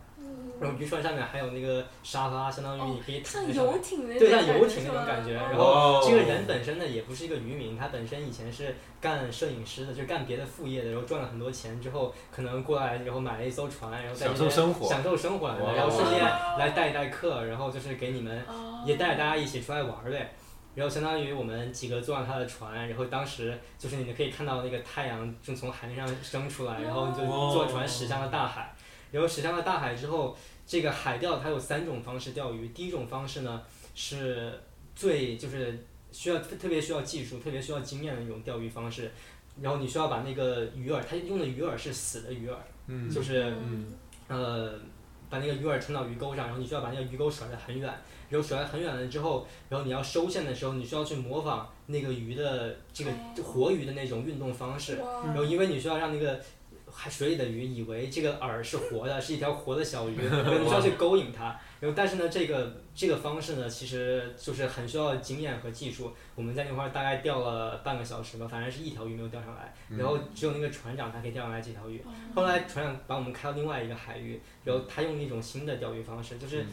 [SPEAKER 1] 然后渔船上面还有那个沙发，相当于你可以躺在
[SPEAKER 3] 像
[SPEAKER 1] 上面
[SPEAKER 3] 游。艇那
[SPEAKER 1] 对，
[SPEAKER 3] 种
[SPEAKER 1] 像游
[SPEAKER 3] 感
[SPEAKER 1] 艇
[SPEAKER 3] 觉
[SPEAKER 1] 那种
[SPEAKER 3] 是
[SPEAKER 1] 感
[SPEAKER 3] 吧
[SPEAKER 1] 觉。
[SPEAKER 3] 哦
[SPEAKER 1] 然
[SPEAKER 12] 哇
[SPEAKER 1] 后
[SPEAKER 12] 哦
[SPEAKER 1] 这个人本身呢，也不是一个渔民，他本身以前是干摄影师的，就干别的副业的，然后赚了很多钱之后，可能过来然后买了一艘船，然后在这
[SPEAKER 2] 享受
[SPEAKER 1] 边
[SPEAKER 2] 生活
[SPEAKER 1] 享受生活来
[SPEAKER 12] 哇
[SPEAKER 1] 的，
[SPEAKER 12] 哦
[SPEAKER 1] 然后顺便来带一带客，然后就是给你们
[SPEAKER 3] 哦
[SPEAKER 1] 也带着大家一起出来玩儿呗。然后相当于我们几个坐上他的船，然后当时就是你可以看到那个太阳正从海面上升出来，然后你就
[SPEAKER 2] 哦
[SPEAKER 1] 坐船驶向了大海。然后驶向了大海之后，这个海钓它有三种方式钓鱼。第一种方式呢是最就是需要特特别需要技术、特别需要经验的一种钓鱼方式。然后你需要把那个鱼饵，它用的鱼饵是死的鱼饵，
[SPEAKER 2] 嗯，
[SPEAKER 1] 就是
[SPEAKER 2] 嗯
[SPEAKER 1] 呃，把那个鱼饵撑到鱼钩上，然后你需要把那个鱼钩甩得很远，然后甩得很远了之后，然后你要收线的时候，你需要去模仿那个鱼的这个
[SPEAKER 3] 哦
[SPEAKER 1] 活鱼的那种运动方式，然后因为你需要让那个。海水里的鱼以为这个饵是活的，是一条活的小鱼， 然后你需要去勾引它。然后，但是呢，这个这个方式呢，其实就是很需要经验和技术。我们在那块儿大概钓了半个小时吧，反正是一条鱼没有钓上来，
[SPEAKER 2] 嗯
[SPEAKER 1] 然后只有那个船长才可以钓上来几条鱼。后来船长把我们开到另外一个海域，然后他用一种新的钓鱼方式，
[SPEAKER 2] 嗯
[SPEAKER 1] 就是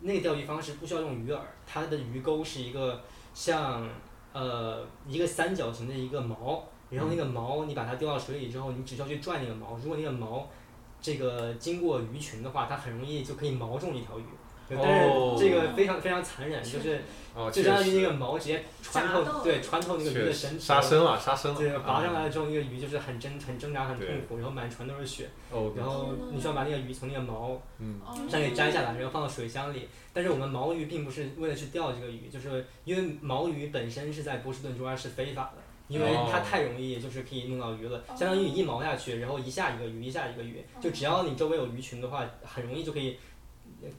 [SPEAKER 1] 那个钓鱼方式不需要用鱼饵，它的鱼钩是一个像呃一个三角形的一个锚，然后那个锚你把它丢到水里之后，你只需要去拽那个锚，如果那个锚这个经过鱼群的话，它很容易就可以锚中一条鱼。但是
[SPEAKER 12] 哦
[SPEAKER 1] 这个非常非常残忍，就是
[SPEAKER 12] 哦，
[SPEAKER 1] 就
[SPEAKER 12] 确
[SPEAKER 1] 相当于
[SPEAKER 12] 实
[SPEAKER 1] 那个锚直接穿
[SPEAKER 3] 夹到
[SPEAKER 1] 透，
[SPEAKER 3] 了
[SPEAKER 1] 对，穿透那个鱼
[SPEAKER 2] 确
[SPEAKER 1] 的
[SPEAKER 2] 实
[SPEAKER 1] 身体，
[SPEAKER 2] 杀生了，杀生了，
[SPEAKER 1] 对，拔上
[SPEAKER 2] 啊
[SPEAKER 1] 来之后，那个鱼就是很挣、很挣扎、很痛
[SPEAKER 12] 对
[SPEAKER 1] 苦，然后满船都是血。
[SPEAKER 12] 哦，
[SPEAKER 1] 然后你需要把那个鱼从那个毛
[SPEAKER 2] 嗯，
[SPEAKER 1] 上给摘下来，然后放到水箱里。但是我们毛鱼并不是为了去钓这个鱼，就是因为毛鱼本身是在波士顿州是非法的，因为它
[SPEAKER 12] 哦
[SPEAKER 1] 太容易就是可以弄到鱼了，相当于你一毛下去，然后一下一个鱼，一下一个鱼，就只要你周围有鱼群的话，很容易就可以。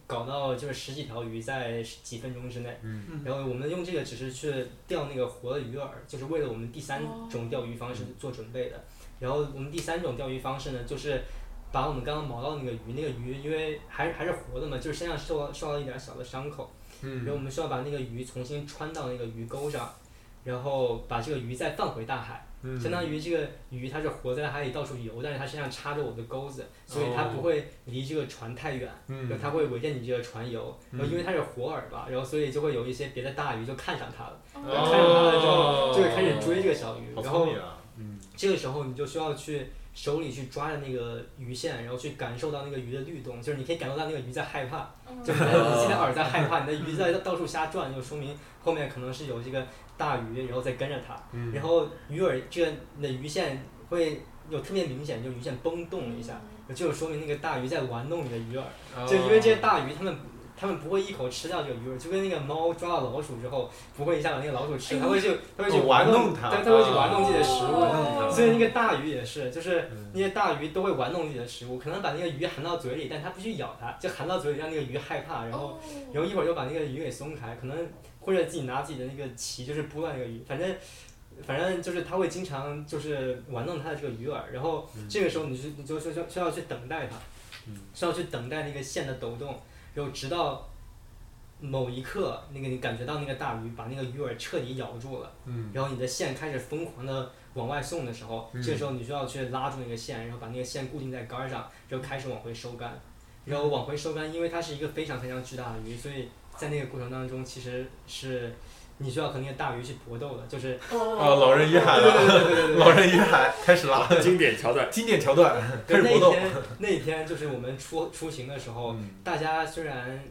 [SPEAKER 1] 搞到就是十几条鱼在几分钟之内，
[SPEAKER 2] 嗯
[SPEAKER 1] 然后我们用这个只是去钓那个活的鱼饵，就是为了我们第三种钓鱼方式做准备的。然后我们第三种钓鱼方式呢，就是把我们刚刚毛到那个鱼，那个鱼因为还还是活的嘛，就是身上受到受到一点小的伤口，
[SPEAKER 2] 嗯
[SPEAKER 1] 然后我们需要把那个鱼重新穿到那个鱼钩上，然后把这个鱼再放回大海。
[SPEAKER 2] 嗯
[SPEAKER 1] 相当于这个鱼它是活在海里到处游，但是它身上插着我的钩子，所以它
[SPEAKER 2] 哦
[SPEAKER 1] 不会离这个船太远，
[SPEAKER 2] 嗯
[SPEAKER 1] 然后它会围着你这个船游。然后因为它是活饵吧，然后所以就会有一些别的大鱼就看上它了，然后看上它了之后就会开始追这个小鱼，
[SPEAKER 2] 哦好
[SPEAKER 1] 然后
[SPEAKER 2] 聪明啊，嗯，
[SPEAKER 1] 这个时候你就需要去手里去抓着那个鱼线，然后去感受到那个鱼的律动，就是你可以感受到那个鱼在害怕，
[SPEAKER 2] 哦
[SPEAKER 1] 就是你的你现在饵在害怕，你的鱼在到处瞎转，就说明后面可能是有这个大鱼，然后在跟着它，然后鱼饵这个你的鱼线会有特别明显，就鱼线崩动了一下，
[SPEAKER 2] 哦
[SPEAKER 1] 就说明那个大鱼在玩弄你的鱼饵。就因为这些
[SPEAKER 9] 哦
[SPEAKER 1] 大鱼，它们它们不会一口吃掉这个鱼饵，就跟那个猫抓到老鼠之后，不会一下把那个老鼠
[SPEAKER 3] 哎
[SPEAKER 1] 吃，它会去它会去
[SPEAKER 2] 哦玩弄它啊
[SPEAKER 1] 它，对，它会去玩弄自己的食物。
[SPEAKER 2] 哦
[SPEAKER 1] 所以那个大鱼也是，就是
[SPEAKER 2] 嗯
[SPEAKER 1] 那些大鱼都会玩弄自己的食物，可能把那个鱼含到嘴里，但它不去咬它，就含到嘴里让那个鱼害怕，然
[SPEAKER 3] 哦
[SPEAKER 1] 后然后一会儿又把那个鱼给松开，可能或者自己拿自己的那个鳍就是拨乱那个鱼，反正。反正就是它会经常就是玩弄它的这个鱼饵，然后这个时候你就你就需要需要去等待它，需要去等待那个线的抖动，然后直到某一刻，那个你感觉到那个大鱼把那个鱼饵彻底咬住了，
[SPEAKER 2] 嗯，
[SPEAKER 1] 然后你的线开始疯狂的往外送的时候，这个时候你就要去拉住那个线，然后把那个线固定在杆儿上，然后开始往回收竿。然后往回收干，因为它是一个非常非常巨大的鱼，所以在那个过程当中其实是你需要和那个大鱼去搏斗的，就是
[SPEAKER 2] 啊，老人与海了，老人与海开始了，
[SPEAKER 9] 经典桥段，
[SPEAKER 2] 经典桥段开
[SPEAKER 1] 对
[SPEAKER 2] 始
[SPEAKER 1] 那
[SPEAKER 2] 搏
[SPEAKER 1] 一
[SPEAKER 2] 斗。
[SPEAKER 1] 天那一天就是我们出出行的时候，
[SPEAKER 2] 嗯
[SPEAKER 1] 大家虽然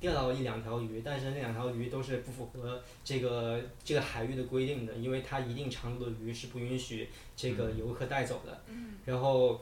[SPEAKER 1] 钓到一两条鱼，但是那两条鱼都是不符合这个这个海域的规定的，因为它一定长度的鱼是不允许这个游客带走的。
[SPEAKER 8] 嗯
[SPEAKER 1] 然后，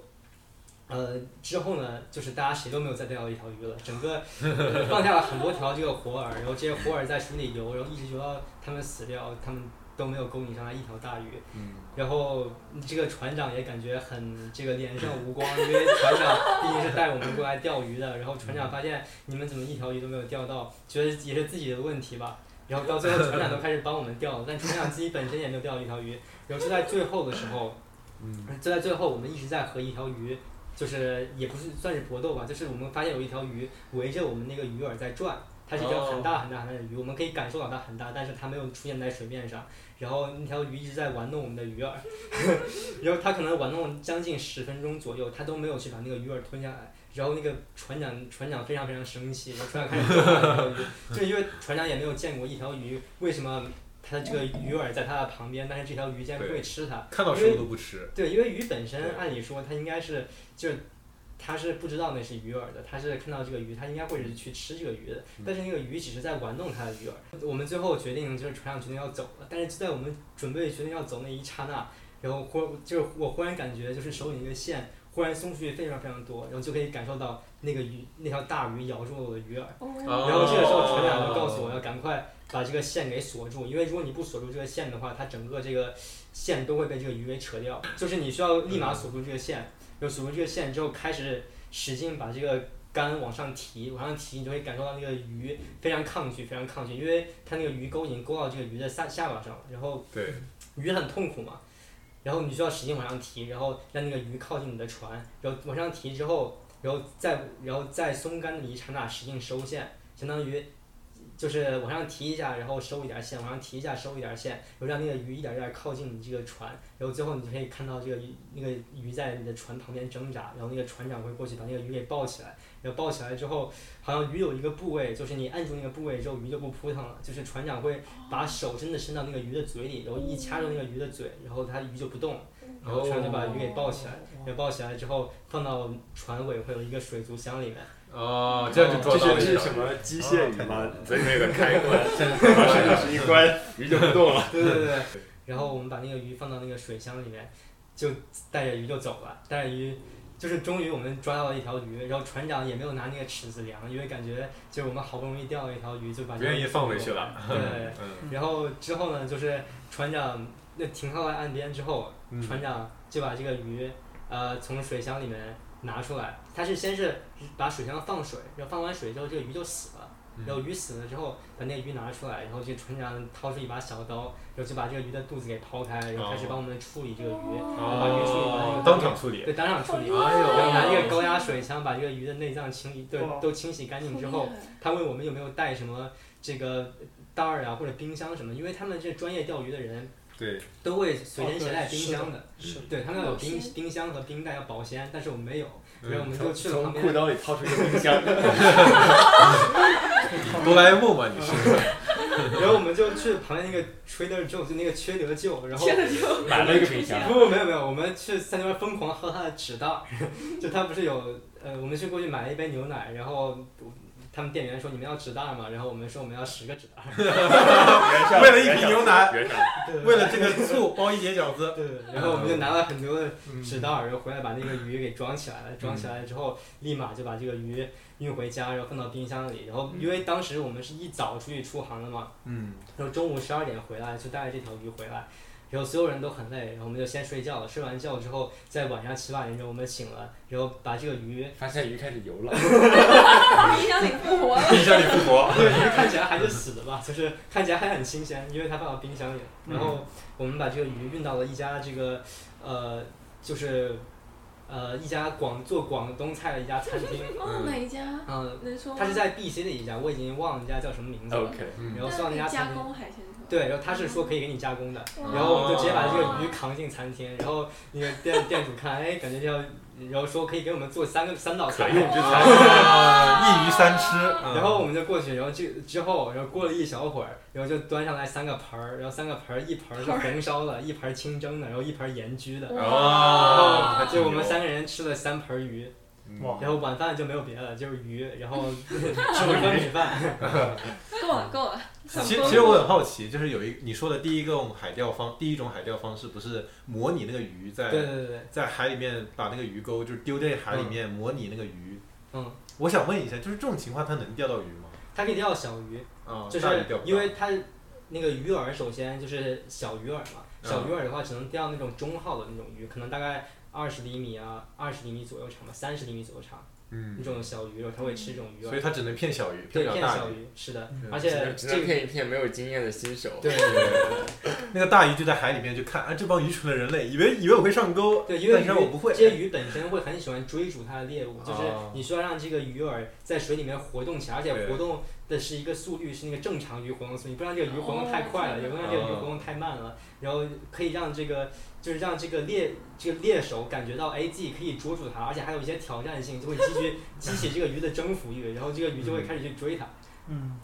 [SPEAKER 1] 呃，之后呢，就是大家谁都没有再钓到一条鱼了，整个、呃放下了 很多条这个活饵，然后这些活饵在水里游，然后一直游到它们死掉，它们都没有勾引上来一条大鱼。
[SPEAKER 2] 嗯，
[SPEAKER 1] 然后这个船长也感觉很这个脸上无光，因为船长 毕竟是带我们过来钓鱼的。然后船长发现你们怎么一条鱼都没有钓到，觉得也是自己的问题吧。然后到最后船长都开始帮我们钓了，但船长自己本身也没有钓到一条鱼。然后就在最后的时候，
[SPEAKER 2] 嗯，
[SPEAKER 1] 就在最后我们一直在和一条鱼，就是也不是算是搏斗吧，就是我们发现有一条鱼围着我们那个鱼饵在转。它是一条很大很大很大的鱼，我们可以感受到它很大，但是它没有出现在水面上。然后那条鱼一直在玩弄我们的鱼饵， 然后它可能玩弄将近十分钟左右，它都没有去把那个鱼饵吞下来。然后那个船长船长非常非常生气，然后船长开始责骂那条鱼，就因为船长也没有见过一条鱼为什么它这个鱼饵在它的旁边，但是这条鱼竟然不会吃它。
[SPEAKER 2] 看到食物都不吃，
[SPEAKER 1] 对，因为鱼本身
[SPEAKER 2] 对
[SPEAKER 1] 按理说它应该是就是它是不知道那是鱼饵的，它是看到这个鱼，它应该会是去吃这个鱼的，
[SPEAKER 2] 嗯
[SPEAKER 1] 但是那个鱼只是在玩弄它的鱼饵。我们最后决定就是船长决定要走了，但是就在我们准备决定要走那一刹那，然后忽就是我忽然感觉就是手里那个线忽然松出去非常非常多，然后就可以感受到那个鱼那条大鱼咬住了我的鱼饵。
[SPEAKER 2] 哦
[SPEAKER 1] 然后这个时候船长就告诉我要赶快把这个线给锁住，因为如果你不锁住这个线的话，它整个这个线都会被这个鱼给扯掉。就是你需要立马锁住这个线，然后锁住这个线之后，开始使劲把这个杆往上提，往上提，你就会感受到那个鱼非常抗拒，非常抗拒，因为它那个鱼钩已经勾到这个鱼的下下巴上了，然后
[SPEAKER 2] 对，
[SPEAKER 1] 鱼很痛苦嘛，然后你需要使劲往上提，然后让那个鱼靠近你的船，然后往上提之后，然后再然后再松竿的一刹那使劲收线，相当于就是往上提一下，然后收一点线，往上提一下收一点线，然后让那个鱼一点一点靠近你这个船，然后最后你就可以看到这个鱼那个鱼在你的船旁边挣扎，然后那个船长会过去把那个鱼给抱起来，然后抱起来之后，好像鱼有一个部位，就是你按住那个部位之后，鱼就不扑腾了，就是船长会
[SPEAKER 2] 哦
[SPEAKER 1] 把手真的伸到那个鱼的嘴里，然后一掐住那个鱼的嘴，然后它鱼就不动了，然后船长就把鱼给抱起来，然后抱起来之后放到船尾会有一个水族箱里面。嗯
[SPEAKER 2] 哦，这样就抓到
[SPEAKER 9] 这
[SPEAKER 2] 了
[SPEAKER 9] 是
[SPEAKER 2] 一
[SPEAKER 9] 这是
[SPEAKER 2] 条
[SPEAKER 9] 什么机械鱼吗？嘴里面哦有个开关，手指一关，鱼就不动 了。
[SPEAKER 1] 对对对对。然后我们把那个鱼放到那个水箱里面，就带着鱼就走了，带着鱼。就是终于我们抓到了一条鱼，然后船长也没有拿那个尺子量，因为感觉就是我们好不容易钓了一条鱼，就把
[SPEAKER 2] 不愿意放回去
[SPEAKER 1] 了。
[SPEAKER 2] 了。
[SPEAKER 1] 对，
[SPEAKER 2] 嗯，
[SPEAKER 1] 然后之后呢，就是船长那停靠在岸边之后，
[SPEAKER 2] 嗯
[SPEAKER 1] 船长就把这个鱼呃从水箱里面拿出来，他是先是把水箱放水，然后放完水之后这个鱼就死了。
[SPEAKER 9] 嗯
[SPEAKER 1] 然后鱼死了之后，把那个鱼拿出来，然后这船长掏出一把小刀，然后就把这个鱼的肚子给剖开，然后开
[SPEAKER 9] 哦
[SPEAKER 1] 始帮我们处理这个鱼，把鱼处理完那
[SPEAKER 2] 嗯哦
[SPEAKER 1] 个，
[SPEAKER 2] 当场处理。
[SPEAKER 1] 对当场处理，
[SPEAKER 8] 好厉
[SPEAKER 2] 哎
[SPEAKER 8] 害
[SPEAKER 1] 然后拿那个高压水枪把这个鱼的内脏清理，对
[SPEAKER 4] 哇
[SPEAKER 1] 都清洗干净之后，他问我们有没有带什么这个袋儿啊或者冰箱什么，因为他们这专业钓鱼的人
[SPEAKER 2] 对，
[SPEAKER 1] 都会随身
[SPEAKER 4] 哦
[SPEAKER 1] 携
[SPEAKER 4] 对
[SPEAKER 1] 带
[SPEAKER 4] 是
[SPEAKER 1] 冰
[SPEAKER 4] 的
[SPEAKER 1] 箱的，
[SPEAKER 4] 是
[SPEAKER 1] 对他们要有
[SPEAKER 8] 保
[SPEAKER 1] 冰
[SPEAKER 8] 鲜
[SPEAKER 1] 冰箱和冰袋要保鲜，但是我们没有，
[SPEAKER 2] 嗯
[SPEAKER 1] 所以我们就去了
[SPEAKER 9] 从
[SPEAKER 1] 旁
[SPEAKER 9] 裤
[SPEAKER 1] 边。
[SPEAKER 9] 兜里掏出一个冰 箱，
[SPEAKER 2] 哆啦 A 梦嘛，你 是
[SPEAKER 1] 然后我们就去旁边那个 Trader Joe，就那个缺德舅，然后
[SPEAKER 8] 天哪，就
[SPEAKER 9] 买了一个冰箱。
[SPEAKER 1] 不不没有没 有，我们去三里湾疯狂喝他的纸袋儿，就他不是有呃，我们去过去买了一杯牛奶，然后他们店员说你们要纸袋儿吗？然后我们说我们要十个纸袋儿，
[SPEAKER 2] 为了一瓶牛奶，
[SPEAKER 9] 原上
[SPEAKER 1] 对
[SPEAKER 2] 为了这个醋包一节饺子。
[SPEAKER 1] 对，然后我们就拿了很多的纸袋儿，然后回来把那个鱼给装起来了。装起来之后，立马就把这个鱼运回家，然后放到冰箱里。然后因为当时我们是一早出去出航的嘛，
[SPEAKER 2] 嗯，
[SPEAKER 1] 然后中午十二点回来，就带着这条鱼回来。然后所有人都很累，然后我们就先睡觉了。睡完觉之后，在晚上七八点钟我们醒了，然后把这个鱼，
[SPEAKER 9] 发现鱼开始游了，
[SPEAKER 8] 冰箱里复活了。
[SPEAKER 2] 冰箱里复活。
[SPEAKER 1] 这个鱼看起来还是死的吧，就是看起来还很新鲜，因为它放到冰箱里了。
[SPEAKER 2] 嗯
[SPEAKER 1] 然后我们把这个鱼运到了一家这个呃，就是呃一家广做广东菜的一家餐厅，
[SPEAKER 8] 哦，哪一家？
[SPEAKER 1] 嗯、
[SPEAKER 8] 能说吗？
[SPEAKER 1] 它是在 B C 的一家，我已经忘了人家叫什么名字了。
[SPEAKER 9] OK，
[SPEAKER 2] 嗯
[SPEAKER 1] 然后送到那家
[SPEAKER 3] 加
[SPEAKER 1] 餐厅，
[SPEAKER 3] 工海鲜头，哦
[SPEAKER 1] 对，然后他是说可以给你加工的，然后我们就直接把这个鱼扛进餐厅，然后那个店店主看，哎，感觉要，然后说可以给我们做三个三道菜，
[SPEAKER 2] 用之才是一鱼三吃。嗯
[SPEAKER 1] 然后我们就过去，然后这之后，然后过了一小会儿，然后就端上来三个盆儿，然后三个盆儿，一盆儿是红烧的，一盆儿清蒸的，然后一盆儿盐焗
[SPEAKER 2] 嗯
[SPEAKER 1] 的，
[SPEAKER 2] 哦
[SPEAKER 1] 然后就我们三个人吃了三盆儿鱼，
[SPEAKER 2] 嗯
[SPEAKER 4] 哇，
[SPEAKER 1] 然后晚饭就没有别的，就是鱼，然后吃了分米饭，
[SPEAKER 3] 够了够了，
[SPEAKER 2] 其实其实我很好奇，就是有一你说的第一个海钓方，第一种海钓方式不是模拟那个鱼在
[SPEAKER 1] 对对对对，
[SPEAKER 2] 在海里面把那个鱼钩就是丢在海里面模拟那个鱼。
[SPEAKER 1] 嗯，
[SPEAKER 2] 我想问一下，就是这种情况它能钓到鱼吗？
[SPEAKER 1] 它可以钓小鱼，
[SPEAKER 2] 啊，
[SPEAKER 1] 就是
[SPEAKER 2] 大鱼钓不到
[SPEAKER 1] 因为它那个鱼饵首先就是小鱼饵嘛，
[SPEAKER 2] 啊
[SPEAKER 1] 小鱼饵的话只能钓那种中号的那种鱼，可能大概二十厘米啊，二十厘米左右长吧，三十厘米左右长
[SPEAKER 2] 嗯
[SPEAKER 1] 那，种小鱼饵，它会吃这种鱼饵
[SPEAKER 2] 所以。它只能骗小鱼，
[SPEAKER 1] 对，
[SPEAKER 2] 不了
[SPEAKER 1] 骗
[SPEAKER 2] 大
[SPEAKER 1] 小
[SPEAKER 2] 鱼。
[SPEAKER 1] 鱼，是的
[SPEAKER 2] 嗯，
[SPEAKER 1] 而
[SPEAKER 9] 只
[SPEAKER 1] 且
[SPEAKER 9] 能只
[SPEAKER 1] 这
[SPEAKER 9] 能
[SPEAKER 1] 个
[SPEAKER 9] 骗一骗没有经验的新手。
[SPEAKER 1] 对
[SPEAKER 2] 那个大鱼就在海里面就看，啊，这帮愚蠢的人类，以为以为我会上钩，
[SPEAKER 1] 对，因为
[SPEAKER 2] 但
[SPEAKER 1] 鱼
[SPEAKER 2] 是我不会。
[SPEAKER 1] 这些鱼本身会很喜欢追逐它的猎物，就是
[SPEAKER 2] 哦
[SPEAKER 1] 你需要让这个鱼饵在水里面活动起来，而且
[SPEAKER 2] 对
[SPEAKER 1] 活动的是一个速率，是那个正常鱼活动速率，你不让这个鱼活动太快
[SPEAKER 8] 哦
[SPEAKER 1] 了，也不让这个鱼活动太慢了，然后可以让这个就是让这个猎这个猎手感觉到哎自己可以捉住它，而且还有一些挑战性，就会激起 激起这个鱼的征服欲，然后这个鱼就会开始去追它。
[SPEAKER 4] 嗯，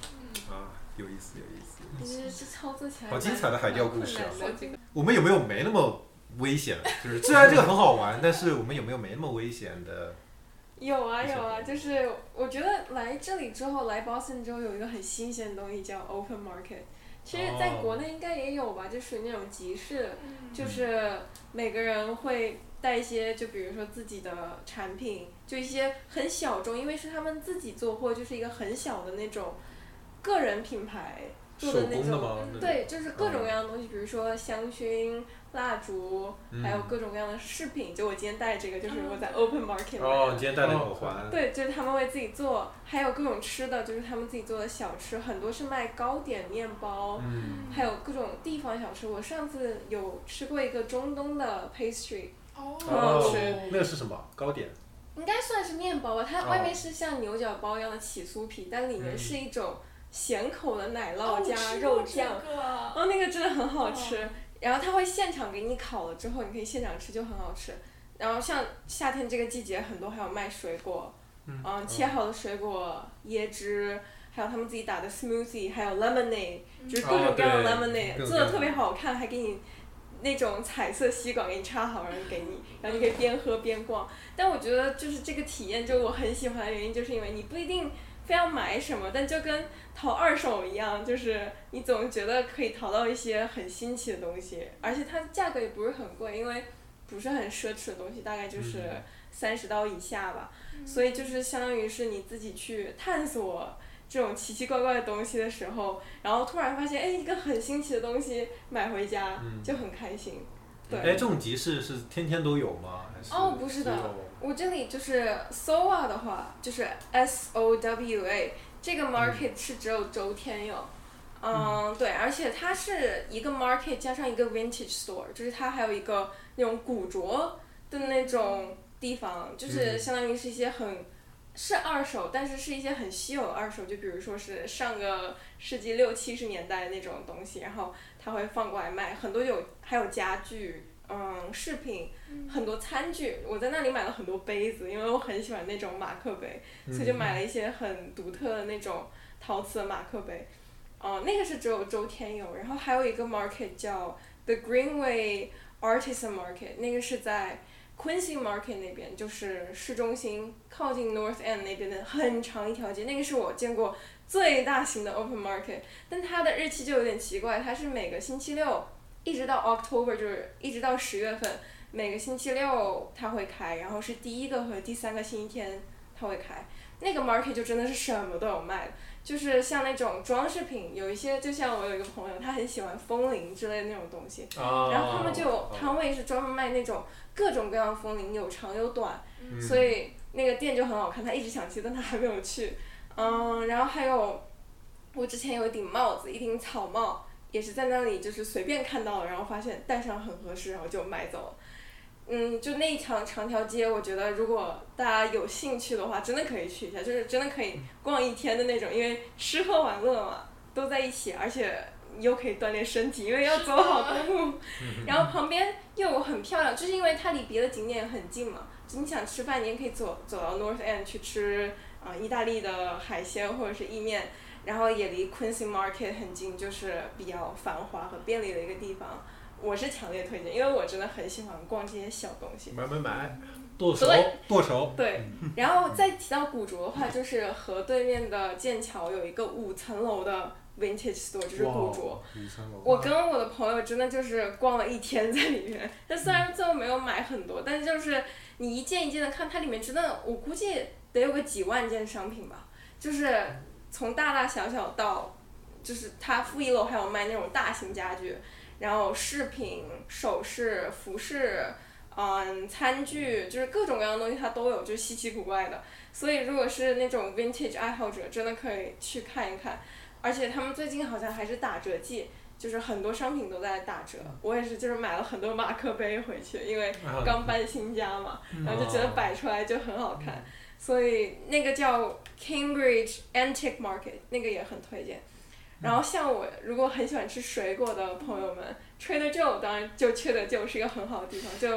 [SPEAKER 2] 啊，有意思，有意思。
[SPEAKER 3] 你这这操作起来
[SPEAKER 2] 好精彩的海钓故事啊
[SPEAKER 3] 蛮困难的
[SPEAKER 2] 我们有没有没那么危险？就是虽然这个很好玩，但是我们有没有没那么危险的？
[SPEAKER 3] 有啊有啊，就是我觉得来这里之后，来 Boston 之后有一个很新鲜的东西叫 open market。其实，在
[SPEAKER 2] 哦
[SPEAKER 3] 国内应该也有吧，就属于那种集市，
[SPEAKER 2] 嗯
[SPEAKER 3] 就是每个人会带一些，就比如说自己的产品，就一些很小众，因为是他们自己做货，就是一个很小的那种个人品牌 做的那种，
[SPEAKER 2] 吗
[SPEAKER 3] 对，就是各种各样的东西，比如说香薰、蜡烛，还有
[SPEAKER 2] 嗯
[SPEAKER 3] 各种各样的饰品。就我今天带这个，就是我在 open market 买的
[SPEAKER 2] 哦，你今天戴了手环。
[SPEAKER 3] 对，就是他们会自己做，还有各种吃的，就是他们自己做的小吃，很多是卖糕点、面包，
[SPEAKER 2] 嗯，
[SPEAKER 3] 还有各种地方小吃。我上次有吃过一个中东的 pastry，很好
[SPEAKER 2] 哦
[SPEAKER 3] 吃，
[SPEAKER 2] 那个是什么糕点？
[SPEAKER 3] 应该算是面包吧，它
[SPEAKER 2] 哦
[SPEAKER 3] 外面是像牛角包一样的起酥皮，但里面是一种咸口的奶酪哦加肉酱，哦，那个真的很好吃。然后它会现场给你烤了之后，你可以现场吃，就很好吃。然后像夏天这个季节，很多还有卖水果，嗯，切好的水果、椰汁，还有他们自己打的 smoothie，还有 lemonade，就是各种各样的
[SPEAKER 2] 哦对各种各样
[SPEAKER 3] lemonade，、
[SPEAKER 2] 的
[SPEAKER 3] 做的特别好看，还给你那种彩色吸管给你插好，然后给你，然后你可以边喝边逛。但我觉得就是这个体验，就我很喜欢的原因，就是因为你不一定非要买什么，但就跟淘二手一样，就是你总觉得可以淘到一些很新奇的东西，而且它价格也不是很贵，因为不是很奢侈的东西，大概就是
[SPEAKER 2] 嗯
[SPEAKER 3] 三十刀以下吧。所以就是相当于是你自己去探索这种奇奇怪怪的东西的时候，然后突然发现，哎，一个很新奇的东西买回家，
[SPEAKER 2] 嗯
[SPEAKER 3] 就很开心。对。
[SPEAKER 2] 哎，这种集市是天天都有吗？还是
[SPEAKER 3] 哦不是的
[SPEAKER 2] 只有
[SPEAKER 3] 我这里就是 Sowa 的话，就是 S O W A 这个 market 是只有周天有。嗯对，而且它是一个 market 加上一个 vintage store，就是它还有一个那种古着的那种地方，就是
[SPEAKER 2] 嗯
[SPEAKER 3] 相当于是一些很。是二手，但是是一些很稀有的二手，就比如说是上个世纪六七十年代那种东西，然后它会放过来卖，很多有还有家具，嗯，饰品，很多餐具，我在那里买了很多杯子，因为我很喜欢那种马克杯，所以就买了一些很独特的那种陶瓷的马克杯。哦、那个是只有周天有，然后还有一个 market 叫 The Greenway Artisan Market，那个是在 Quincy Market 那边，就是市中心靠近 North End 那边的很长一条街，那个是我见过最大型的 open market，但它的日期就有点奇怪，它是每个星期六一直到 October，就是一直到十月份，每个星期六它会开，然后是第一个和第三个星期天它会开。那个 market 就真的是什么都有卖的，就是像那种装饰品，有一些就像我有一个朋友，他很喜欢风铃之类的那种东西，
[SPEAKER 1] 嗯
[SPEAKER 2] 哦
[SPEAKER 3] 然后他们就有
[SPEAKER 2] 哦
[SPEAKER 3] 摊位是专门卖那种各种各样的风铃，有长有短，
[SPEAKER 2] 嗯
[SPEAKER 3] 所以那个店就很好看。他一直想去，但他还没有去。嗯，然后还有我之前有一顶帽子，一顶草帽，也是在那里就是随便看到了，然后发现戴上很合适，然后就买走了。嗯，就那一长长条街，我觉得如果大家有兴趣的话，真的可以去一下，就是真的可以逛一天的那种，因为吃喝玩乐嘛都在一起，而且又可以锻炼身体，因为要走好公路。 然后旁边又很漂亮，就是因为它离别的景点很近嘛。就你想吃饭，你也可以走走到 North End 去吃啊、呃意大利的海鲜或者是意面，然后也离 Quincy Market 很近，就是比较繁华和便利的一个地方。我是强烈推荐，因为我真的很喜欢逛这些小东西。
[SPEAKER 2] 买买买，
[SPEAKER 12] 剁手，
[SPEAKER 3] 对
[SPEAKER 2] 剁手，
[SPEAKER 3] 对，然后再提到古着的话，就是河对面的剑桥有一个五层楼的 vintage store，就是
[SPEAKER 2] 哦
[SPEAKER 3] 古着。
[SPEAKER 2] 五层楼
[SPEAKER 3] 我跟我的朋友真的就是逛了一天在里面，但虽然最后没有买很多，但是就是你一件一件的看，它里面真的我估计得有个几万件商品吧，就是从大大小小到，就是它负一楼还有卖那种大型家具，然后饰品、首饰、服饰。嗯，餐具就是各种各样的东西它都有，就是稀奇古怪的。所以如果是那种 vintage 爱好者，真的可以去看一看。而且他们最近好像还是打折季，就是很多商品都在打折。我也是，就是买了很多马克杯回去，因为
[SPEAKER 2] 啊
[SPEAKER 3] 刚搬新家嘛，然后就觉得摆出来就很好看。所以那个叫 Cambridge Antique Market，那个也很推荐。然后像我如果很喜欢吃水果的朋友们，Trader Joe 当然就 Trader Joe 是一个很好的地方，就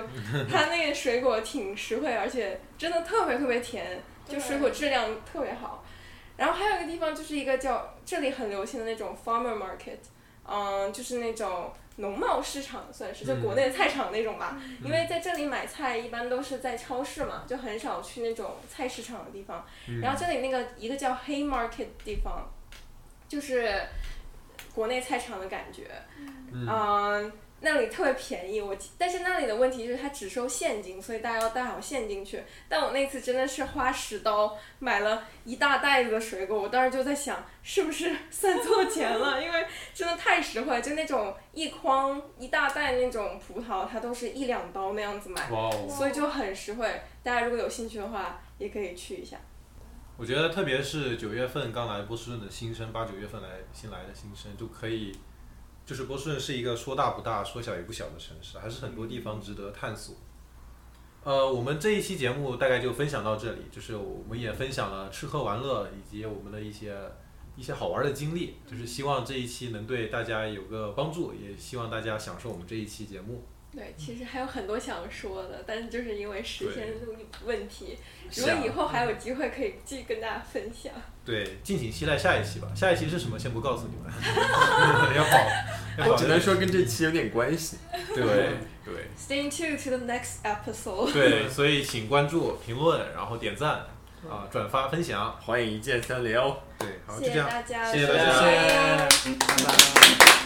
[SPEAKER 3] 它那个水果挺实惠，而且真的特别特别甜，就
[SPEAKER 8] 对
[SPEAKER 3] 水果质量特别好。然后还有一个地方就是一个叫这里很流行的那种 farmer market，嗯，就是那种农贸市场算是，就国内菜场那种吧。因为在这里买菜一般都是在超市嘛，就很少去那种菜市场的地方。然后这里那个一个叫 hay market 地方，就是国内菜场的感觉，嗯、那里特别便宜。我但是那里的问题就是它只收现金，所以大家要带好现金去。但我那次真的是花十刀买了一大袋子的水果，我当时就在想是不是算错钱了，因为真的太实惠，就那种一筐一大袋那种葡萄，它都是一两刀那样子买，
[SPEAKER 2] 哇哦！
[SPEAKER 3] 所以就很实惠。大家如果有兴趣的话，也可以去一下。
[SPEAKER 2] 我觉得特别是九月份刚来波士顿的新生，八九月份来新来的新生就可以，就是波士顿是一个说大不大，说小也不小的城市，还是很多地方值得探索。呃，我们这一期节目大概就分享到这里，就是我们也分享了吃喝玩乐以及我们的一些一些好玩的经历，就是希望这一期能对大家有个帮助，也希望大家享受我们这一期节目。
[SPEAKER 3] 对，其实还有很多想说的，但是就是因为时间问题，
[SPEAKER 2] 是
[SPEAKER 3] 如果
[SPEAKER 2] 啊
[SPEAKER 3] 以后还有机会，可以继续跟大家分享。
[SPEAKER 2] 对，敬请期待下一期吧。下一期是什么先不告诉你们， 要保，要保
[SPEAKER 9] 我只能说跟这期有点关系。
[SPEAKER 2] 对对。
[SPEAKER 3] Stay tuned to the next episode。
[SPEAKER 2] 对，所以请关注、评论，然后点赞啊、转发、分享。
[SPEAKER 9] 欢迎一键三连哦。
[SPEAKER 2] 对，好，就
[SPEAKER 3] 谢
[SPEAKER 2] 这
[SPEAKER 3] 谢
[SPEAKER 2] 样，
[SPEAKER 3] 大家，
[SPEAKER 2] 谢谢大家
[SPEAKER 3] 拜拜
[SPEAKER 4] 谢谢拜拜。